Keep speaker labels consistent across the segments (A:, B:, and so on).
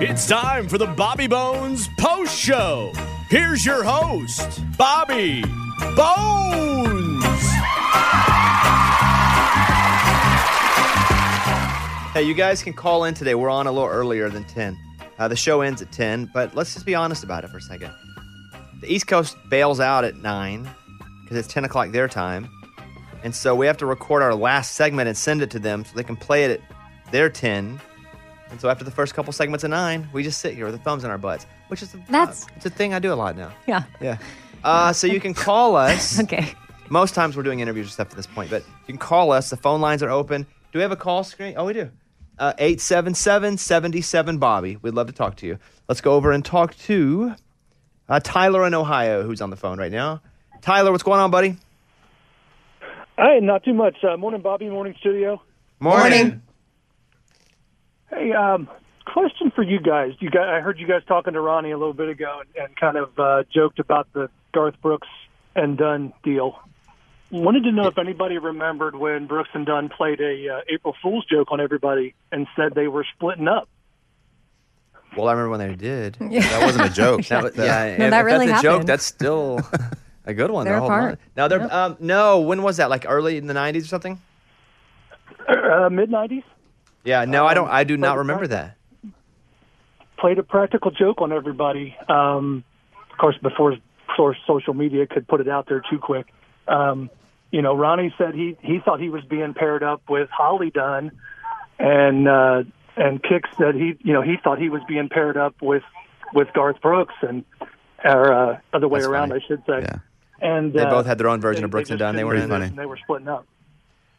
A: It's time for the Bobby Bones Post Show. Here's your host, Bobby Bones.
B: Hey, you guys can call in today. We're on a little earlier than 10. Uh, the show ends at 10, but let's just be honest about it for a second. The East Coast bails out at 9 because it's 10 o'clock their time. And so we have to record our last segment and send it to them so they can play it at their 10. And so after the first couple segments of 9, we just sit here with the thumbs in our butts, which is a,
C: That's-
B: uh, it's a thing I do a lot now.
C: Yeah.
B: Yeah. Uh, so you can call us.
C: Okay.
B: Most times we're doing interviews and stuff at this point, but you can call us. The phone lines are open. Do we have a call screen? Oh, we do. 877 77 Bobby. We'd love to talk to you. Let's go over and talk to uh, Tyler in Ohio, who's on the phone right now. Tyler, what's going on, buddy?
D: Hey, not too much. Uh, morning, Bobby. Morning, studio.
B: Morning.
D: Hey, um, question for you guys. You guys, I heard you guys talking to Ronnie a little bit ago and, and kind of uh, joked about the Garth Brooks and Dunn deal. Wanted to know if anybody remembered when Brooks and Dunn played a uh, April Fool's joke on everybody and said they were splitting up.
B: Well, I remember when they did. Yeah,
E: That wasn't a joke.
B: that, yeah
C: No,
B: if-
C: that
B: if
C: really
B: that's a joke.
C: happened.
B: That's still a good one.
C: They're
B: though. Hold on.
C: apart.
B: Now they're um, no. When was that? Like early in the '90s or something?
D: Uh, Mid '90s
B: Yeah. No, I
C: Oh,
B: don't. I do not
D: but-
B: remember that.
D: played a practical joke on everybody. Um, of course, before before social media could put it out there too quick. Um, you know, Ronnie said he he thought he was being paired up with Holly Dunn, and uh, and Kick said he you know he thought he was being paired up with with Garth Brooks and or uh, other way
B: That's
D: around
B: funny.
D: I should say.
E: Yeah.
D: And
B: They
D: uh,
B: both had their own version of Brooks and
D: just
B: Dunn. They
D: didn't
B: were
D: do
B: in.
D: this
E: funny.
D: and They were splitting up.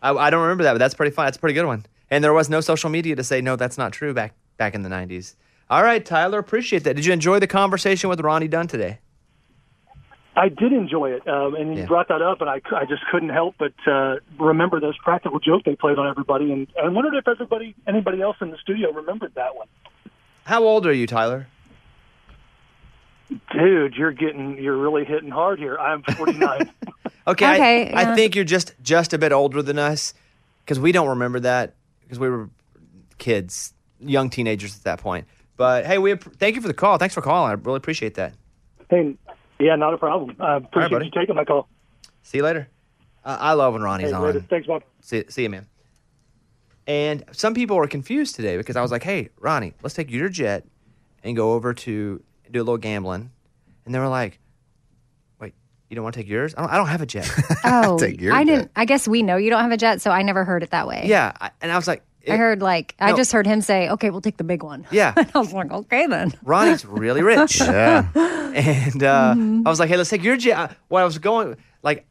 B: I, I don't remember that, but that's pretty fun. That's a pretty good one. And there was no social media to say no, that's not true back back in the '90s. All right, Tyler, appreciate that. Did you enjoy the conversation with Ronnie Dunn today?
D: I did enjoy it, um, and you
B: Yeah.
D: brought that up, and I, cou- I just couldn't help but uh, remember those practical joke they played on everybody, and and I wondered if everybody, anybody else in the studio, remembered that one.
B: How old are you, Tyler?
D: Dude, you're getting, you're really hitting hard here. I'm 49.
B: Okay, I-
C: Okay,
B: I,
C: yeah.
B: think you're just just a bit older than us because we don't remember that because we were kids, young teenagers at that point. But hey, we app- thank you for the call. Thanks for calling. I really appreciate that.
D: hey, yeah, not a problem. I appreciate
B: buddy.
D: you taking my call.
B: See you later. Uh, I love when Ronnie's
D: Hey,
B: on.
D: later. Thanks, Bob.
B: See, see you, man. And some people were confused today because I was like, hey, Ronnie, let's take your jet and go over to do a little gambling. And they were like, wait, you don't want to take yours? I don't, I don't have a jet.
C: Oh,
E: Take your
C: I
E: jet.
C: didn't. I guess we know you don't have a jet, so I never heard it that way.
B: yeah. I, and I was like,
C: I
B: it-
C: heard like I
B: No.
C: just heard him say, "Okay, we'll take the big one."
B: Yeah.
C: and I was like, "Okay then."
B: Ronnie's really rich.
E: Yeah.
B: and uh,
C: Mm-hmm.
B: I was like, hey, let's take your jet. Where I was going, like,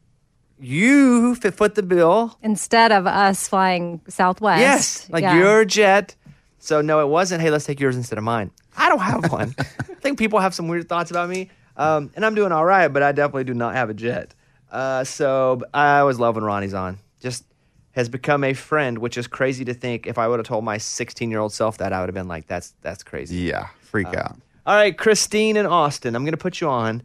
B: you fit, foot the bill.
C: Instead of us flying Southwest,
B: Yes, like
C: yeah.
B: your jet. So no, it wasn't. Hey, let's take yours instead of mine. I don't have one. I think people have some weird thoughts about me, um, and I'm doing all right, but I definitely do not have a jet. Uh, so but I always love when Ronnie's on. Just has become a friend, which is crazy to think. If I would have told my 16 year old self that, I would have been like, "That's that's crazy."
E: Yeah. Freak
B: Uh,
E: out.
B: All right, Christine in Austin. I'm going to put you on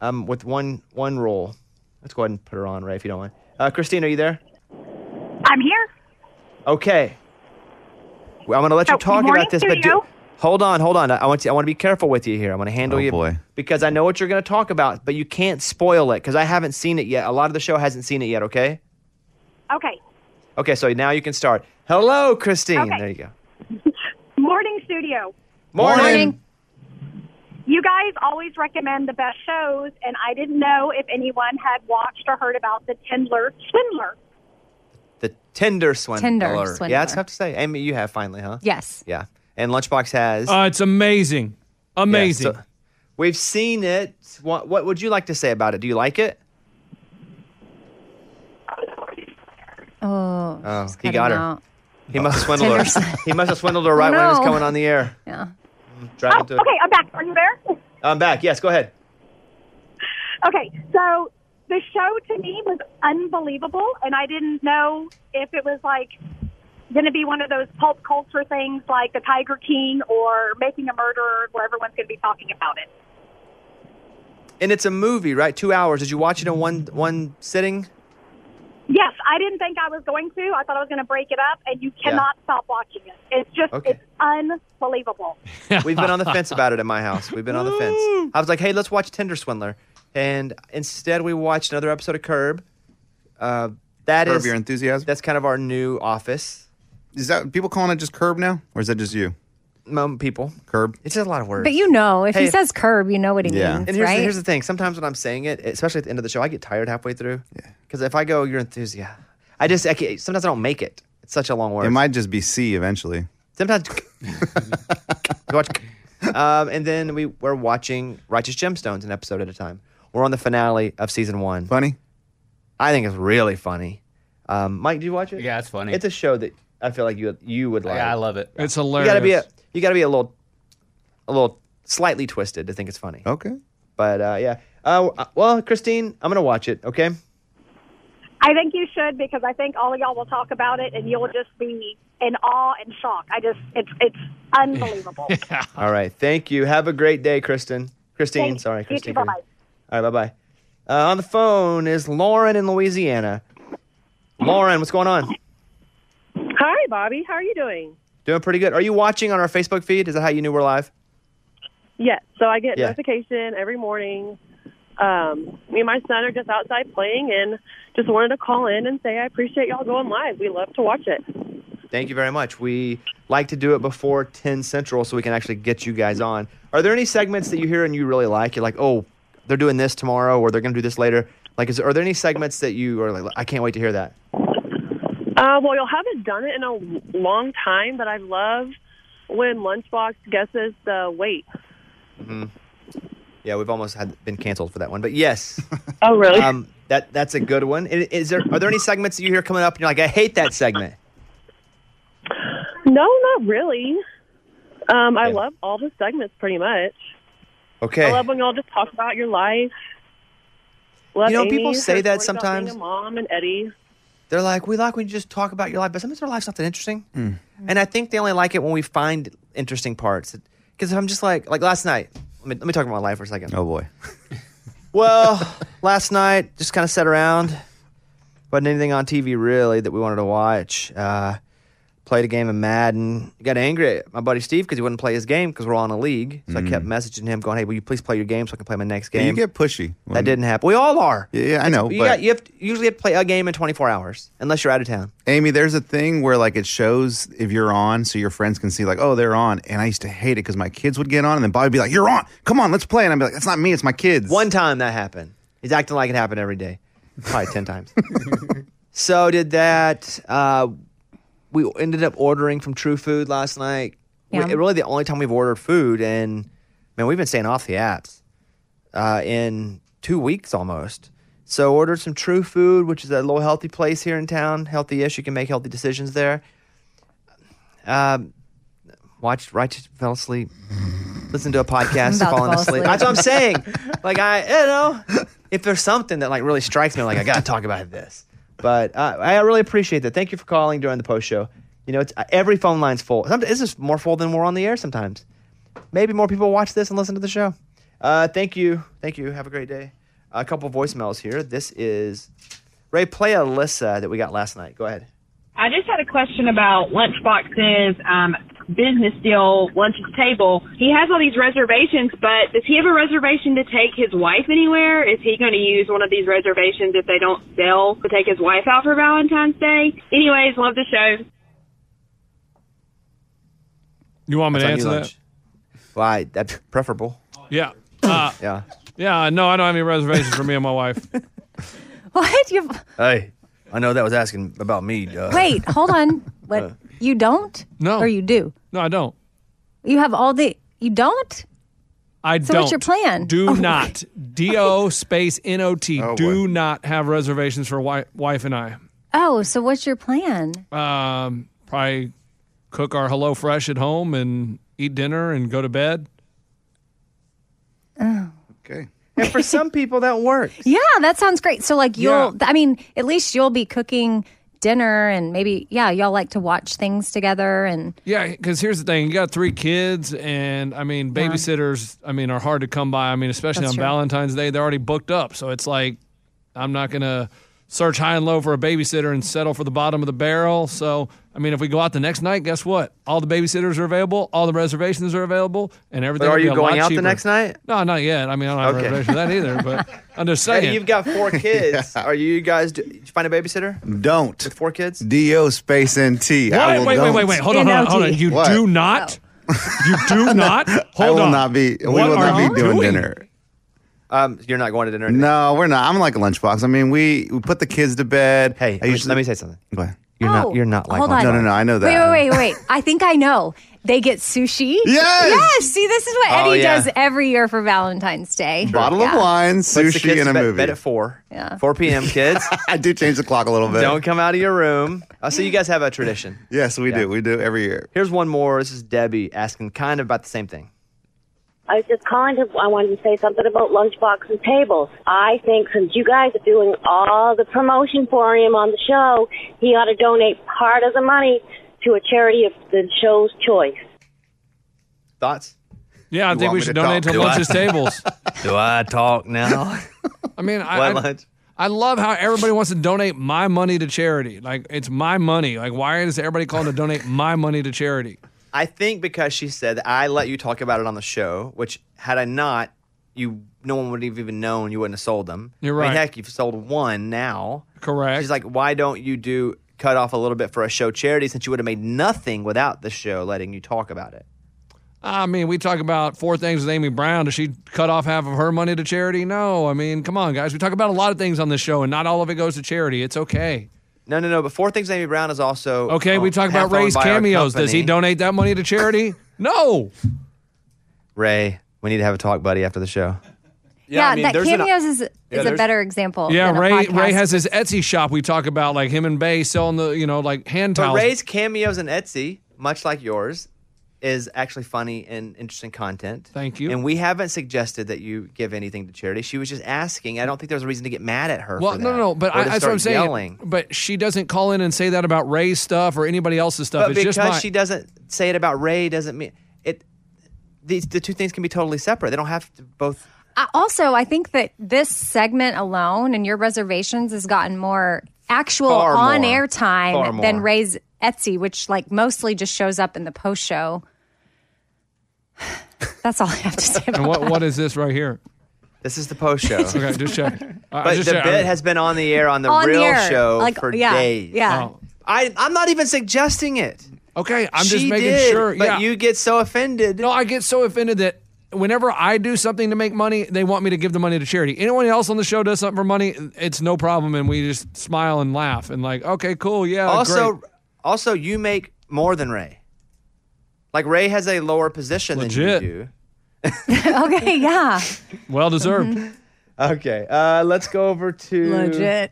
B: um, with one one role. Let's go ahead and put her on, Ray, if you don't mind. Uh, Christine, are you there?
F: I'm here.
B: Okay. Well, I'm going to let you
F: Oh,
B: talk
F: good morning,
B: about this, but do,
F: studio.
B: hold on, hold on. I I want you, I want to be careful with you here. I'm going to handle
E: Oh,
B: you
E: boy.
B: because I know what you're going to talk about, but you can't spoil it because I haven't seen it yet. A lot of the show hasn't seen it yet. Okay.
F: Okay.
B: Okay. So now you can start. Hello, Christine.
F: Okay.
B: There you go.
F: Morning studio.
B: Morning.
C: Morning.
F: You guys always recommend the best shows, and I didn't know if anyone had watched or heard about the Tindler Swindler.
B: The Tinder swindler.
C: Tinder
B: Yeah, it's
C: swindler.
B: tough to say. Amy, you have finally, huh?
C: Yes.
B: Yeah. And Lunchbox has.
G: Uh, it's amazing.
B: Yeah,
G: Amazing.
B: so we've seen it. What, what would you like to say about it? Do you like it?
C: Oh,
B: Oh,
C: she's
B: he
C: cutting
B: got her.
C: out.
B: He must have swindled
C: Tinder
B: her. he must have swindled her right when it was
C: no.
B: coming on the air.
C: Yeah.
B: Driving
F: Oh,
B: through it.
F: okay, I'm back. Are you there?
B: I'm back. Yes, go ahead.
F: Okay, so the show to me was unbelievable, and I didn't know if it was like going to be one of those pulp culture things like The Tiger King or Making a Murderer, where everyone's going to be talking about it.
B: And it's a movie, right? Two hours. Did you watch it in one one sitting?
F: Yes, I didn't think I was going to. I thought I was going to break it up, and you cannot stop watching it. It's just
B: Okay.
F: it's unbelievable.
B: We've been on the fence about it at my house. We've been on the fence. I was like, hey, let's watch Tinder Swindler. And instead, we watched another episode of Curb. Uh, that
E: Curb
B: is-
E: your enthusiasm?
B: That's kind of our new office.
E: Is that people calling it just curb now, or is that just you?
B: Mom, people.
E: Curb.
B: It's just a lot of words.
C: But you know, if
B: Hey.
C: he says curb, you know what he
E: Yeah.
C: means,
B: and here's,
C: right?
B: the, here's the thing. Sometimes when I'm saying it, especially at the end of the show, I get tired halfway through. Yeah. Because if I go, your enthusiasm. I just, I can't, sometimes I don't make it. It's such a long word.
E: It might just be C eventually.
B: Sometimes you watch, um, and then we we're watching Righteous Gemstones an episode at a time. We're on the finale of season one.
E: Funny.
B: I think it's really funny. Um, Mike, do you watch it?
G: Yeah, it's funny.
B: It's a show that I feel like you you would like.
G: yeah, I love it.
H: It's
B: You
H: hilarious.
B: gotta be a you gotta be a little a little slightly twisted to think it's funny.
E: Okay.
B: But uh, yeah. Uh, well, Christine, I'm gonna watch it. Okay.
F: I think you should because I think all of y'all will talk about it, and you'll just be in awe and shock. I just it's it's unbelievable.
B: All right. Thank you. Have a great day, Kristen. Christine.
F: Thanks.
B: Sorry,
F: You
B: Christine.
F: too. Bye-bye.
B: All right. Bye bye. Uh, on the phone is Lauren in Louisiana. Lauren, what's going on?
I: Hi, Bobby. How are you doing?
B: Doing pretty good. Are you watching on our Facebook feed? Is that how you knew we're live?
I: Yes. So I get
B: Yeah.
I: notification every morning. Um, me and my son are just outside playing and just wanted to call in and say I appreciate y'all going live. We love to watch it.
B: Thank you very much. We like to do it before 10 Central so we can actually get you guys on. Are there any segments that you hear and you really like? You're like, oh, they're doing this tomorrow or they're going to do this later. Like, is, are there any segments that you are like, I can't wait to hear that?
I: Uh, well, y'all haven't done it in a long time, but I love when Lunchbox guesses the weight.
B: Mm-hmm. Yeah, we've almost had been canceled for that one. But yes,
I: Oh, really?
B: um, that that's a good one. I- Is there are there any segments that you hear coming up and you're like, I hate that segment?
I: no, not really. Um, I
B: Yeah.
I: love all the segments pretty much.
B: Okay.
I: I love when y'all just talk about your life. Love
B: You know,
I: Amy,
B: people
I: her
B: say that
I: stories about
B: sometimes.
I: being a mom and Eddie.
B: They're like, we like when you just talk about your life, but sometimes our life's not that interesting. Mm-hmm. And I think they only like it when we find interesting parts. Because I'm just like, like last night, let me, let me talk about my life for a second.
E: Oh boy.
B: Well, last night, just kind of sat around. Wasn't anything on TV really that we wanted to watch. Uh, played a game of Madden. Got angry at my buddy Steve because he wouldn't play his game because we're all in a league. So I kept messaging him, going, hey, will you please play your game so I can play my next
E: Yeah,
B: game?
E: Mm-hmm. you get pushy. when-
B: that didn't happen. We all are.
E: Yeah, yeah, I know.
B: You,
E: but
B: got, you have to, usually have to play a game in 24 hours, unless you're out of town.
E: Amy, there's a thing where like it shows if you're on, so your friends can see like, oh, they're on. And I used to hate it because my kids would get on, and then Bobby would be like, "You're on, come on, let's play." And I'd be like, "That's not me, it's my kids."
B: One time that happened. He's acting like it happened every day, probably ten times. so did that. Uh, we ended up ordering from True Food last night. We-
C: Yum.
B: it really the only time we've ordered food, and man, we've been staying off the apps uh, in two weeks almost. So ordered some True Food, which is a little healthy place here in town. Healthy-ish. You can make healthy decisions there. Um, watched Righteous, fell asleep. Listened to a podcast,
C: about to
B: falling
C: fall asleep.
B: asleep. That's what I'm saying. Like I, you know, if there's something that like really strikes me, like I gotta talk about this. But uh, I really appreciate that. Thank you for calling during the post show. You know, it's uh, every phone line's full. Sometimes this is more full than we're on the air. Sometimes, maybe more people watch this and listen to the show. Uh, thank you, thank you. Have a great day. A couple voicemails here. This is Ray. Play Alyssa that we got last night. Go ahead.
J: I just had a question about Lunchbox's um, business deal, Lunch's Table. He has all these reservations, but does he have a reservation to take his wife anywhere? Is he going to use one of these reservations if they don't sell to take his wife out for Valentine's Day? Anyways, love the show.
H: You want me to
B: It's on
H: answer
B: you,
H: that?
B: Lunch. Why? That's preferable.
H: Yeah. Uh,
B: Yeah.
H: yeah. No, I don't have any reservations for me and my wife.
C: what? You
B: Hey, I know that was asking about me. uh, Duh.
C: wait, hold on.
B: Uh.
C: What? You don't?
H: No.
C: Or you do?
H: No, I don't.
C: You have all the. You don't?
H: I
C: So
H: don't.
C: what's your plan?
H: Do
C: Oh,
H: not. D O space N O T.
E: Oh,
H: do
E: boy.
H: not have reservations for wi- wife and I.
C: Oh, so what's your plan?
H: Um, probably cook our Hello Fresh at home and eat dinner and go to bed.
E: Okay.
B: And for some people, that works.
C: Yeah, that sounds great. So like
H: Yeah.
C: you'll I mean, at least you'll be cooking dinner and maybe yeah, y'all like to watch things together and
H: Yeah, because here's the thing: you got three kids, and I mean, babysitters. I mean, are hard to come by. I mean, especially
C: That's
H: on
C: true.
H: Valentine's Day, they're already booked up. So it's like, I'm not gonna search high and low for a babysitter and settle for the bottom of the barrel. So, I mean, if we go out the next night, guess what? All the babysitters are available, all the reservations are available, and everything.
B: But are
H: will be
B: you
H: a
B: going
H: lot
B: out the
H: cheaper.
B: next night?
H: No, not yet. I mean, I don't have
B: Okay.
H: a reservation for that either. But I'm just
B: Hey,
H: saying.
B: you've got four kids. Are you guys? Do, did you find a babysitter?
E: Don't.
B: Four kids?
E: D-O space N-T.
H: What?
E: I
H: wait,
E: will
H: wait,
E: don't.
H: wait, wait. Hold on, hold on, hold on.
C: NLT.
H: You
E: What?
H: do not. You do not. Hold
E: I will
H: on.
E: not be, we
H: What
E: will
H: are
E: not
H: you
E: be doing,
H: doing?
E: dinner.
B: Um, you're not going to dinner.
E: No, we're not. I'm like a lunchbox. I mean, we, we put the kids to bed.
B: Hey,
E: I
B: let me- let me say something.
E: Go ahead.
B: You're
C: Oh,
B: not. You're not like.
C: hold
B: my
C: on.
E: No,
B: mom.
E: no, no. I know that.
C: Wait, wait, wait, wait. I think I know. They get sushi.
E: Yes!
C: Yes. See, this is what
B: Oh,
C: Eddie
B: yeah.
C: does every year for Valentine's Day.
E: Bottle
C: Yeah.
E: of wine,
B: Puts the
E: sushi,
B: kids
E: and a
B: to bed,
E: movie.
B: Bed at four.
C: Yeah.
B: Four p.m. Kids,
E: I do change the clock a little bit.
B: don't come out of your room. I see you guys have a tradition.
E: Yes, we do. We do every year.
B: Here's one more. This is Debbie asking kind of about the same thing.
G: I was just calling to, I wanted to say something about lunchbox and tables. I think since you guys are doing all the promotion for him on the show, he ought to donate part of the money to a charity of the show's choice.
B: Thoughts?
H: Yeah, I think
E: want
H: we
E: me
H: should
E: to
H: donate
E: talk?
H: to
B: Do I?
H: lunches tables.
B: Do I talk now?
H: I mean, I,
B: what
H: I,
B: lunch?
H: I love how everybody wants to donate my money to charity. Like it's my money. Like why is everybody calling to donate my money to charity?
B: I think because she said that I let you talk about it on the show, which had I not, you no one would have even known. You wouldn't have sold them.
H: You're
B: I
H: right.
B: mean, heck, you've sold one now.
H: Correct.
B: She's like, why don't you do cut off a little bit for a show charity since you would have made nothing without the show letting you talk about it?
H: I mean, we talk about four things with Amy Brown. Does she cut off half of her money to charity? No. I mean, come on, guys. We talk about a lot of things on this show, and not all of it goes to charity. It's okay.
B: No, no, no. But four things Amy Brown is also
H: Okay, we
B: owned-
H: talk about
B: half owned
H: Ray's
B: Oh, by our
H: cameos. Does he
B: company.
H: donate that money to charity? no.
B: Ray, we need to have a talk, buddy, after the show.
C: Yeah,
A: I mean,
C: that
A: there's an-
C: cameos is is a
A: there's-
C: better example.
H: Yeah,
C: than a
H: Ray. Ray
C: podcast.
H: has his Etsy shop. We talk about like him and Bay selling the you know like hand
B: But
H: towels.
B: Ray's cameos on Etsy, much like yours, is actually funny and interesting content.
H: Thank you.
B: And we haven't suggested that you give anything to charity. She was just asking. I don't think there was a reason to get mad at her.
H: well,
B: for
H: no, no,
B: that,
H: no. But
B: or
H: I,
B: to
H: that's what I'm
B: start
H: saying.
B: Yelling.
H: But she doesn't call in and say that about Ray's stuff or anybody else's stuff.
B: But
H: it's
B: because
H: just my,
B: she doesn't say it about Ray, doesn't mean it. These the two things can be totally separate. They don't have to both.
C: I, also, I think that this segment alone and your reservations has gotten more actual
B: Far more.
C: on air
B: Far
C: time
B: more.
C: than Ray's Etsy, which like mostly just shows up in the post show. That's all I have to say. About
H: And
C: that.
H: what what is this right here?
B: This is the post show.
H: Okay, just check. I- I
B: But
H: just
B: the
H: check-
B: bit has been on the air on the
C: on
B: real
C: the air,
B: show
C: like
B: for
C: yeah,
B: days.
C: yeah.
H: Oh.
B: I, I'm not even suggesting it.
H: Okay, I'm
B: she
H: just making
B: did,
H: sure.
B: But
H: yeah.
B: you get so offended.
H: No, I get so offended that whenever I do something to make money, they want me to give the money to charity. Anyone else on the show does something for money, it's no problem, and we just smile and laugh and like, okay, cool, yeah.
B: also,
H: great.
B: also, you make more than Ray. Like Ray has a lower position
H: Legit.
B: than you do.
C: Okay, yeah,
H: well deserved.
B: Okay, uh, let's go over to
C: legit.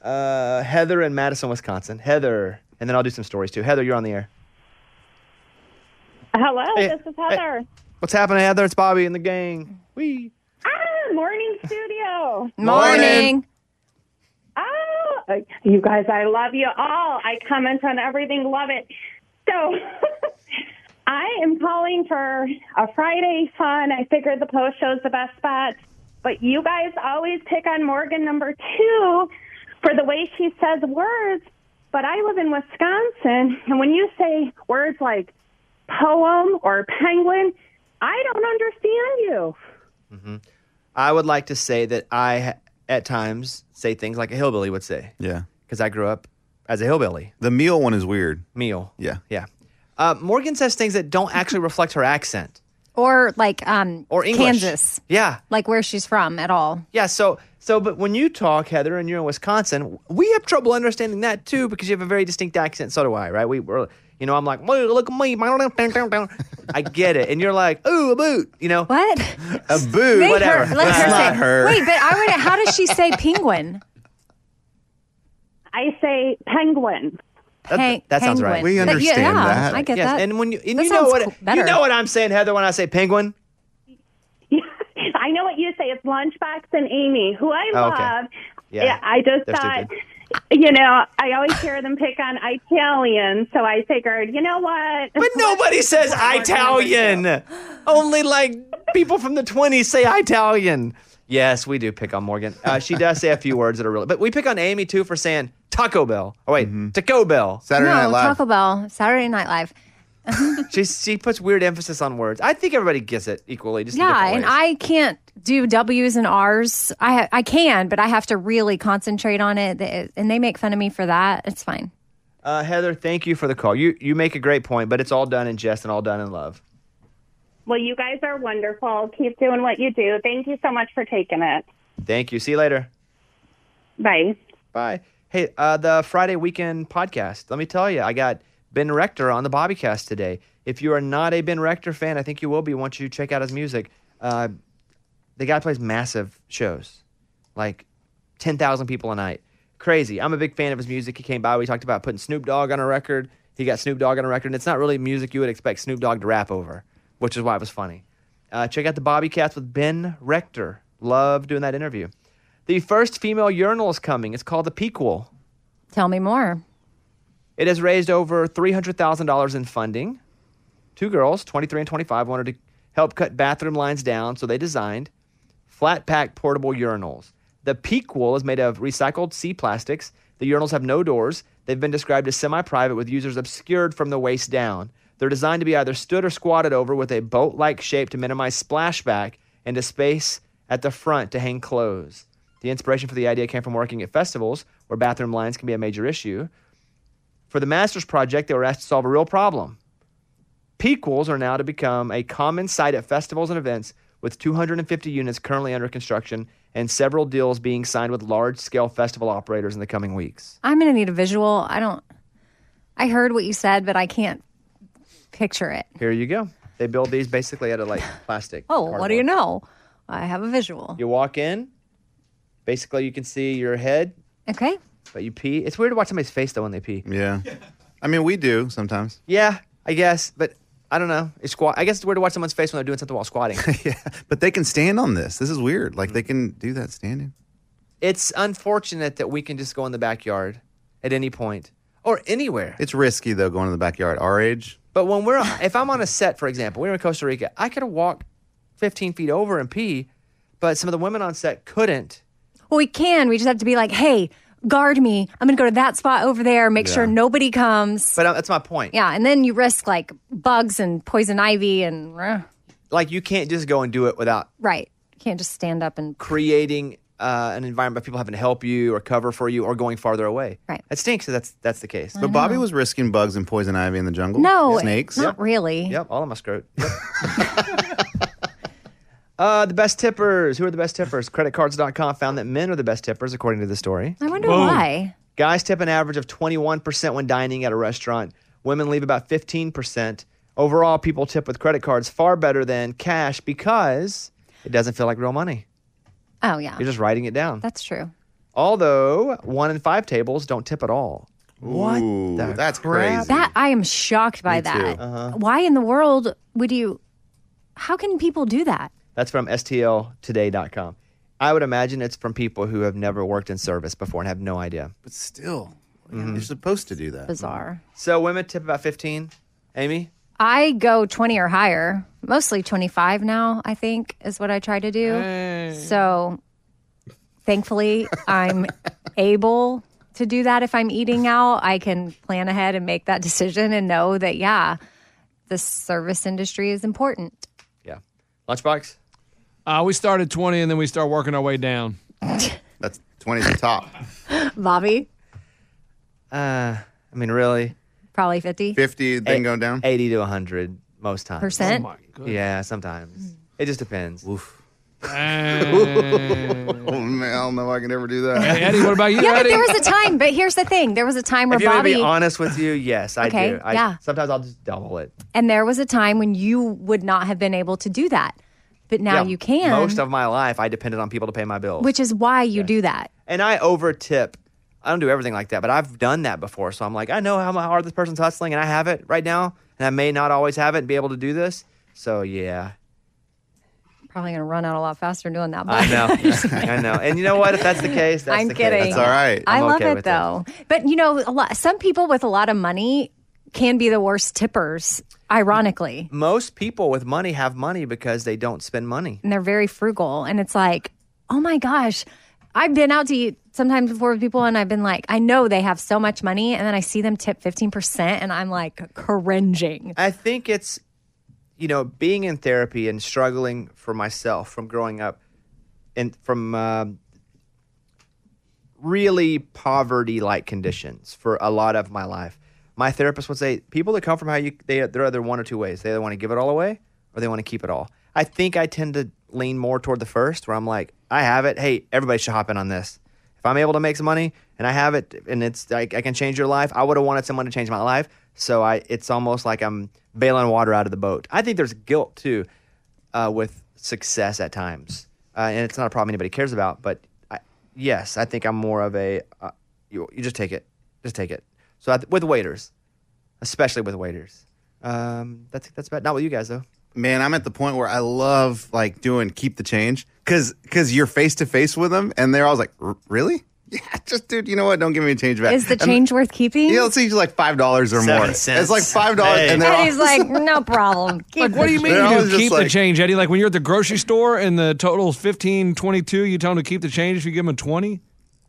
B: Uh, Heather in Madison, Wisconsin. Heather, and then I'll do some stories too. Heather, you're on the air.
G: Hello,
B: Hey,
G: this is Heather.
B: What's happening, Heather? It's Bobby and the gang. We
G: Ah, morning studio.
C: Morning.
G: Oh, you guys, I love you all. I comment on everything, love it. So I am calling for a Friday fun. I figured the post show's the best spot, but you guys always pick on Morgan number two for the way she says words. But I live in Wisconsin, and when you say words like poem or penguin, I don't understand you.
B: I would like to say that I ha- at times say things like a hillbilly would say
E: Yeah.
B: because I grew up as a hillbilly.
E: The meal one is weird.
B: Meal.
E: Yeah.
B: Yeah. Uh, Morgan says things that don't actually reflect her accent
C: Or like um
B: or English.
C: Kansas,
B: Yeah.
C: like where she's from at all.
B: Yeah, so so but when you talk, Heather, and you're in Wisconsin, we have trouble understanding that too because you have a very distinct accent. So do I, right? We were, you know, I'm like, "Whoa, look at me, I get it, and you're like, ooh, a boot, you know,
C: What?
E: A boo.
C: Make
B: whatever.
C: Her, let
E: That's
C: her say.
E: not her.
C: Wait, but I would. How does she say penguin?
G: I say penguin.
C: Peng-
B: that sounds
C: penguin.
B: right.
E: We
C: That-
E: understand
C: yeah,
E: that.
C: I get
B: Yes,
C: that.
B: and when you and
C: that
B: you know
C: sounds
B: what
C: cool-
B: you
C: better.
B: know what I'm saying, Heather, when I say penguin.
G: I know what you say. It's Lunchbox and Amy, who I
B: Oh, okay.
G: love.
B: Yeah.
G: I just
B: They're
G: thought,
B: stupid.
G: you know, I always hear them pick on Italian, so I figured, you know what?
B: But nobody says Italian. Only like people from the 20s say Italian. Yes, we do pick on Morgan. Uh, she does say a few words that are really, but we pick on Amy too for saying Taco Bell. Oh wait, Taco Bell.
E: Mm-hmm. Saturday
C: no,
E: Night Live.
C: Taco Bell, Saturday Night Live.
B: she she puts weird emphasis on words. I think everybody gets it equally. Just in
C: Yeah,
B: different
C: and
B: ways.
C: I can't do W's and R's. I ha- I can, but I have to really concentrate on it. Th- And they make fun of me for that. It's fine.
B: uh, Heather, thank you for the call. You you make a great point, but it's all done in jest and all done in love.
G: Well, you guys are wonderful. Keep doing what you do. Thank you so much for taking it.
B: Thank you. See you later.
G: Bye.
B: Bye. Hey, uh, the Friday weekend podcast. Let me tell you, I got Ben Rector on the Bobbycast today. If you are not a Ben Rector fan, I think you will be once you check out his music. Uh, the guy plays massive shows, like ten thousand people a night. Crazy. I'm a big fan of his music. He came by. We talked about putting Snoop Dogg on a record. He got Snoop Dogg on a record, and it's not really music you would expect Snoop Dogg to rap over, which is why it was funny. Uh, check out the Bobbycast with Ben Rector. Love doing that interview. The first female urinal is coming. It's called the Pequel.
C: Tell me more.
B: It has raised over $300,000 in funding. Two girls, 23 and 25, wanted to help cut bathroom lines down, so they designed flat pack portable urinals. The peak wool is made of recycled sea plastics. The urinals have no doors. They've been described as semi private with users obscured from the waist down. They're designed to be either stood or squatted over with a boat like shape to minimize splashback and a space at the front to hang clothes. The inspiration for the idea came from working at festivals where bathroom lines can be a major issue. For the master's project, they were asked to solve a real problem. Pequels are now to become a common sight at festivals and events, with 250 units currently under construction and several deals being signed with large scale festival operators in the coming weeks.
C: I'm going to need a visual. I don't. I heard what you said, but I can't picture it.
B: Here you go. They build these basically out of like plastic.
C: Oh, what do you know?
B: cardboard.
C: I have a visual.
B: You walk in, basically, you can see your head,
C: Okay.
B: but you pee. It's weird to watch somebody's face though when they pee.
E: Yeah. I mean, we do sometimes.
B: Yeah, I guess, but I don't know. It's squat. I guess it's weird to watch someone's face when they're doing something while squatting.
E: yeah. But they can stand on this. This is weird. Like they can do that standing.
B: it's unfortunate that we can just go in the backyard at any point or anywhere.
E: It's risky though going in the backyard. Our age.
B: But when we're, if I'm on a set, for example, we were in Costa Rica, I could have walked 15 feet over and pee, but some of the women on set couldn't.
C: Well, we can. We just have to be like, hey, guard me. I'm going to go to that spot over there. Make sure nobody comes.
B: But uh, that's my point.
C: yeah, and then you risk like bugs and poison ivy and uh,
B: Like you can't just go and do it without
C: right. You can't just stand up and
B: creating uh, an environment of people having to help you or cover for you or going farther away.
C: Right.
B: That stinks. 'cause That's that's the case.
E: But Bobby was risking bugs and poison ivy in the jungle.
C: no
E: Snakes.
C: Not really.
B: Yep, all in my scrot. Yep. uh, the best tippers. Who are the best tippers? Creditcards.com found that men are the best tippers, according to the story.
C: I wonder why.
B: Guys tip an average of 21% when dining at a restaurant. Women leave about 15%. Overall, people tip with credit cards far better than cash because it doesn't feel like real money.
C: Oh yeah,
B: You're just writing it down.
C: that's true.
B: Although, one in five tables don't tip at all.
E: Ooh,
B: the
E: that's
B: crap?
E: crazy.
C: That I am shocked by that.
E: Uh-huh.
B: Uh-huh.
C: Why in the world would you? How can people do that?
B: That's from STLtoday.com. I would imagine it's from people who have never worked in service before and have no idea. Mm-hmm.
E: But still, you're supposed to do that.
C: Bizarre.
B: So, women tip about 15. Amy?
C: I go 20 or higher, mostly 25 now, I think, is what I try to do. So thankfully, I'm able to do that. If I'm eating out, I can plan ahead and make that decision and know that, yeah, the service industry is important.
B: Yeah. Lunchbox?
H: Uh, we start at 20 and then we start working our way down.
E: That's 20 at the top.
C: Bobby,
B: Uh, I mean, really?
C: probably 50%.
E: 50, then go down.
B: 80 to 100 most times.
H: Oh My goodness.
B: Yeah, sometimes. It just depends.
E: Oh, man, I don't know if I can ever do
H: Hey,
E: that.
H: Eddie, what about you,
C: Yeah, but
H: Eddie?
C: there was a time, but here's the thing there was a time where
B: If you want to
C: Bobby.
B: be honest with you, yes, I
C: Okay,
B: do. I,
C: yeah.
B: Sometimes I'll just double it.
C: And there was a time when you would not have been able to do that. But now
B: Yeah.
C: you can.
B: Most of my life, I depended on people to pay my bills.
C: which is why you do that.
B: and I over tip. I don't do everything like that, but I've done that before. So I'm like, I know how hard this person's hustling, and I have it right now, and I may not always have it and be able to do this. So yeah,
C: Probably going to run out a lot faster doing that. But
B: I know, I know. And you know what? If that's the case, that's
C: I'm
B: the
C: kidding.
B: Case.
E: That's all right.
C: I
B: I'm
C: love
B: okay
C: it
B: with
C: though.
B: that.
C: But you know, a lot, some people with a lot of money can be the worst tippers, ironically,
B: Most people with money have money because they don't spend money.
C: and they're very frugal. And it's like, oh my gosh, I've been out to eat sometimes before with people and I've been like, I know they have so much money. And then I see them tip 15% and I'm like cringing.
B: I think it's, you know, being in therapy and struggling for myself from growing up and from um really poverty like conditions for a lot of my life. My therapist would say people that come from how you, they, there are either one or two ways. They either want to give it all away or they want to keep it all. I think I tend to lean more toward the first where I'm like, I have it. Hey, everybody should hop in on this. If I'm able to make some money and I have it and it's like I can change your life, I would have wanted someone to change my life. So I, it's almost like I'm bailing water out of the boat. I think there's guilt too uh, with success at times, uh, and it's not a problem anybody cares about. But I, yes, I think I'm more of a uh, you, you just take it, just take it. So I, th- with waiters, especially with waiters, um, that's that's about not with you guys though.
E: man, I'm at the point where I love like doing keep the change because because you're face to face with them and they're always like, "R- really? Yeah, just dude, you know what? Don't give me a change back.
C: Is the
E: And-
C: change worth keeping?
E: yeah, let's say it's like five dollars or
B: Seven
E: more.
B: cents.
E: It's like five dollars,
B: Hey.
E: and they're
C: and
E: all,
C: he's like, no problem. Keep
H: Like, what do you mean
E: They're
H: you
E: always just
H: keep the
E: like-
H: change, Eddie? Like when you're at the grocery store and the total's 15, 22, you tell them to keep the change if you give them a 20?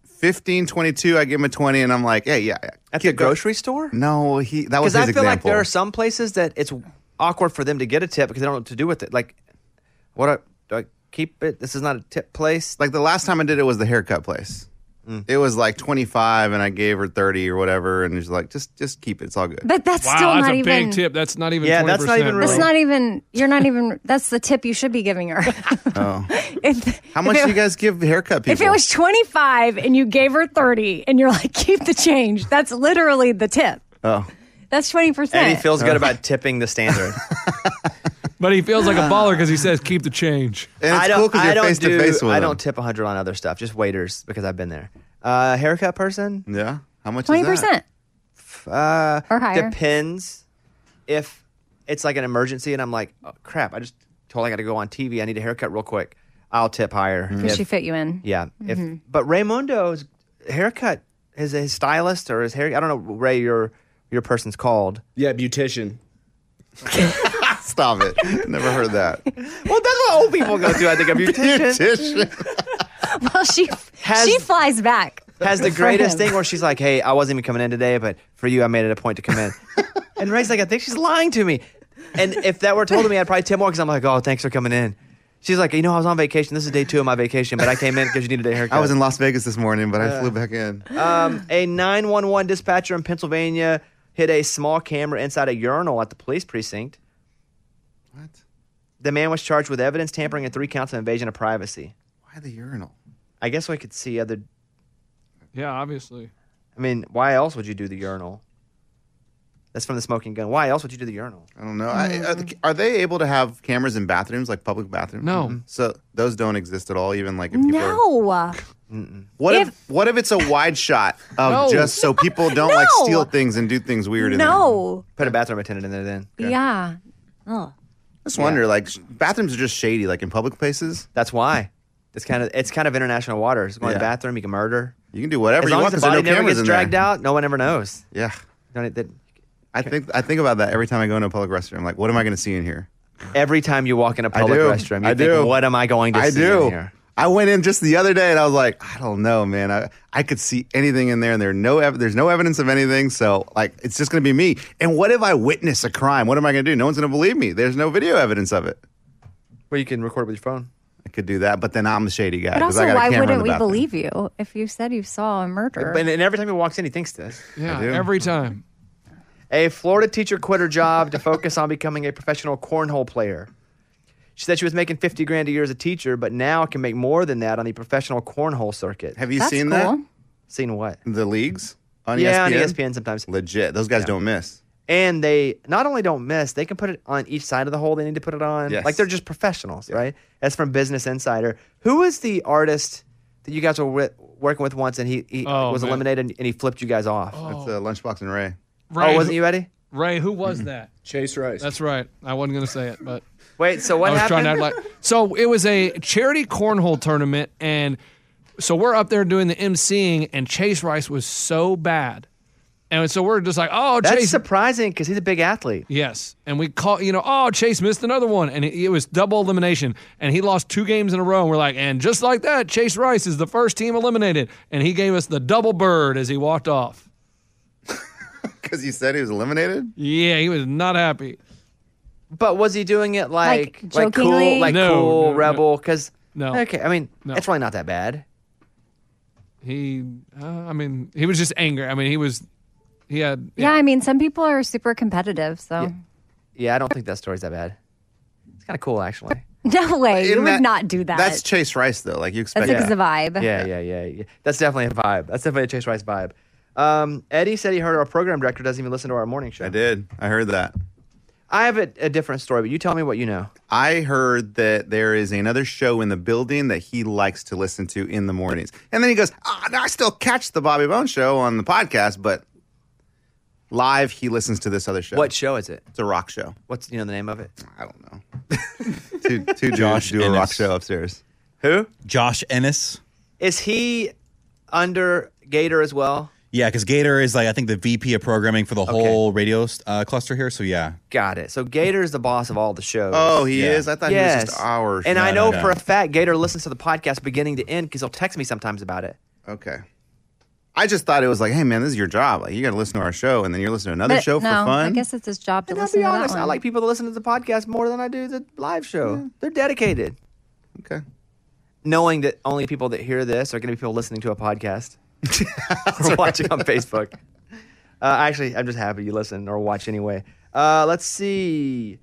E: 15, 22, I give him a twenty, and I'm like, yeah, yeah, yeah.
B: At
E: Keep
B: the
E: go-
B: grocery store?
E: No, he that was
B: Because
E: his
B: I feel
E: example.
B: like there are some places that it's awkward for them to get a tip because they don't know what to do with it. Like, what I, do I keep it? This is not a tip place.
E: like the last time I did it was the haircut place.
B: Mm.
E: It was like 25, and I gave her 30 or whatever, and she's like, just just keep it. It's all good.
C: But that's
H: Wow,
C: still
H: that's
C: not
H: a
C: even.
H: big tip. That's not even
B: Yeah,
H: 20%,
B: that's not even
H: bro.
C: That's not even. You're not even. That's the tip you should be giving her.
E: Oh.
C: If-
E: How much
C: if
E: do
C: it,
E: you guys give haircut people?
C: If it was 25 and you gave her 30 and you're like, keep the change. That's literally the tip.
E: oh,
C: That's 20%.
B: Eddie feels good about tipping the standard.
H: But he feels like a baller because he says, keep the change.
E: and it's cool because
B: I
E: you're
B: don't
E: face to face
B: do-
E: with
B: I
E: them.
B: don't tip 100 on other stuff, just waiters because I've been there. Uh, haircut person?
E: yeah, how much? is that?
C: 20%.
B: Uh,
C: Or higher.
B: Depends. If it's like an emergency and I'm like, oh, crap, I just totally got to go on TV. I need a haircut real quick. I'll tip higher.
C: Uh,
E: Mm-hmm.
C: Does
B: If-
C: she mm-hmm. fit you in?
B: Yeah. If but Raymundo's haircut is his stylist or his hair. I don't know. Ray, your your person's called.
A: Yeah, beautician.
E: Stop it. Never heard that.
B: Well, that's what old people go to. I think a beautician
C: Well, she
B: Has-
C: she flies back.
B: has the
C: For
B: greatest
C: him.
B: thing where she's like, "Hey, I wasn't even coming in today, but for you, I made it a point to come in." and Ray's like, "I think she's lying to me." And if that were told to me, I'd probably tip more because I'm like, "Oh, thanks for coming in." She's like, "You know, I was on vacation. This is day two of my vacation, but I came in because you needed a haircut."
E: I was in Las Vegas this morning, but I flew back in.
B: Um, a 911 dispatcher in Pennsylvania hid a small camera inside a urinal at the police precinct.
E: What?
B: The man was charged with evidence tampering and three counts of invasion of privacy.
E: Why the urinal?
B: I guess I could see other.
H: Yeah, obviously.
B: I mean, why else would you do the urinal? That's from the smoking gun. Why else would you do the urinal?
E: I don't know. I, are,
C: Mm.
E: the, are they able to have cameras in bathrooms, like public bathrooms?
H: No.
E: Mhm. So those don't exist at all. Even like if people. Are,
C: No.
E: what if,
C: If-
E: what if it's a wide shot of
H: No.
E: just so people don't like
C: No.
E: steal things and do things weird? In there?
C: No.
B: Put a bathroom attendant in there then.
C: Yeah. Oh. Ugh.
E: just wonder. Like sh- bathrooms are just shady, like in public places.
B: That's why. It's kind of it's kind of international waters. Go in the
E: Yeah.
B: bathroom, you can murder.
E: You can do whatever
B: As
E: you
B: long as
E: want
B: the
E: because there
B: body
E: are no
B: never
E: cameras
B: gets
E: in
B: dragged
E: there.
B: out, no one ever knows.
E: Yeah,
B: Don't it- that-
E: I think I think about that every time I go into a public restroom. like, what am I going to see in here?
B: Every time you walk in a public
E: do.
B: restroom, you
E: I
B: think,
E: do.
B: "What am I going to
E: I
B: see
E: do.
B: in here?"
E: I went in just the other day and I was like, I don't know, man. I, I could see anything in there and there are no ev- there's no evidence of anything. So like it's just gonna be me. And what if I witness a crime? What am I gonna do? No one's gonna believe me. There's no video evidence of it.
B: Well, you can record it with your phone.
E: I could do that, but then I'm the shady guy.
C: But
E: 'cause
C: also,
E: I got a
C: why
E: camera in
C: wouldn't
E: the
C: we
E: bathroom.
C: believe you if you said you saw a murder?
B: And, and every time he walks in, he thinks this.
H: Yeah,
E: do.
H: every time.
B: A Florida teacher quit her job to focus on becoming a professional cornhole player. She said she was making 50 grand a year as a teacher, but now can make more than that on the professional cornhole circuit.
E: Have you
C: That's
E: seen
C: cool.
B: Seen what?
E: that? The leagues on E ESPN.
B: yeah, on E ESPN sometimes.
E: Legit. Those guys don't miss.
B: And they not only don't miss, they can put it on each side of the hole they need to put it on.
E: Yes.
B: Like they're just professionals, right? That's from Business Insider. Who is the artist that you guys were with, working with once and he, he
H: Oh,
B: was
H: man.
B: eliminated and he flipped you guys off? Oh,
E: That's uh, Lunchbox and Ray.
H: Ray,
B: wasn't
H: who,
B: you ready?
H: Ray, who was that?
A: Chase Rice.
H: That's right. I wasn't going to say it, but.
B: Wait, so what
H: I was
B: happened?
H: trying to act like. So it was a charity cornhole tournament, and so we're up there doing the emceeing, and Chase Rice was so bad And so we're just like, oh,
B: That's
H: Chase.
B: surprising because he's a big athlete.
H: yes. And we call, you know, oh, Chase missed another one. And it, it was double elimination. And he lost two games in a row. And we're like, and just like that, Chase Rice is the first team eliminated. And he gave us the double bird as he walked off.
E: Because you said he was eliminated?
H: Yeah, he was not happy.
B: But was he doing it like
C: Like,
B: like, cool,
C: jokingly?
B: like
H: No,
B: cool
H: no, no.
B: rebel? Because
H: No.
B: okay, I mean
H: No.
B: it's really not that bad.
H: He, uh, I mean, he was just angry. I mean, he was, he had,
C: Yeah, I mean, some people are super competitive, so
B: Yeah, I don't think that story's that bad. It's kind of cool actually.
C: no way you
E: In
C: would
E: that-
C: not do that.
E: That's Chase Rice, though. Like you
C: That's like
E: expect that.
C: the vibe.
B: Yeah, yeah, yeah, yeah. That's definitely a vibe. That's definitely a Chase Rice vibe. Um, Eddie said he heard our program director doesn't even listen to our morning show.
E: I did. I heard that.
B: I have a, a different story, but you tell me what you know.
E: I heard that there is another show in the building that he likes to listen to in the mornings. And then he goes, ah, I still catch the Bobby Bones show on the podcast, but live he listens to this other show.
B: What show is it?
E: It's a rock show.
B: What's you know the name of it?
E: I don't know. two two Josh
A: Josh
E: do a rock
A: Ennis.
E: show upstairs.
B: Who
A: Josh Ennis.
B: is he? Under Gator as well.
A: Yeah, because Gator is like I think the VP of programming for the whole radio uh, cluster here. So yeah,
B: Got it. So Gator's the boss of all the shows.
E: Oh, he
A: Yeah.
E: is? I thought he was
B: yes.
E: just ours.
B: and I
A: No,
B: know
A: no, no.
B: for a fact Gator listens to the podcast beginning to end because he'll text me sometimes about it.
E: Okay. I just thought it was like, hey man, this is your job. Like you gotta listen to our show and then you're listening to another
C: But
E: show for
C: no,
E: fun.
C: I guess it's his job to
B: And I'll
C: listen
B: be
C: to that
B: honest, I
C: one.
B: like people to listen to the podcast more than I do the live show. They're dedicated.
E: okay.
B: knowing that only people that hear this are going to be people listening to a podcast or watching on Facebook. Uh, actually, I'm just happy you listen or watch anyway. Uh, let's see.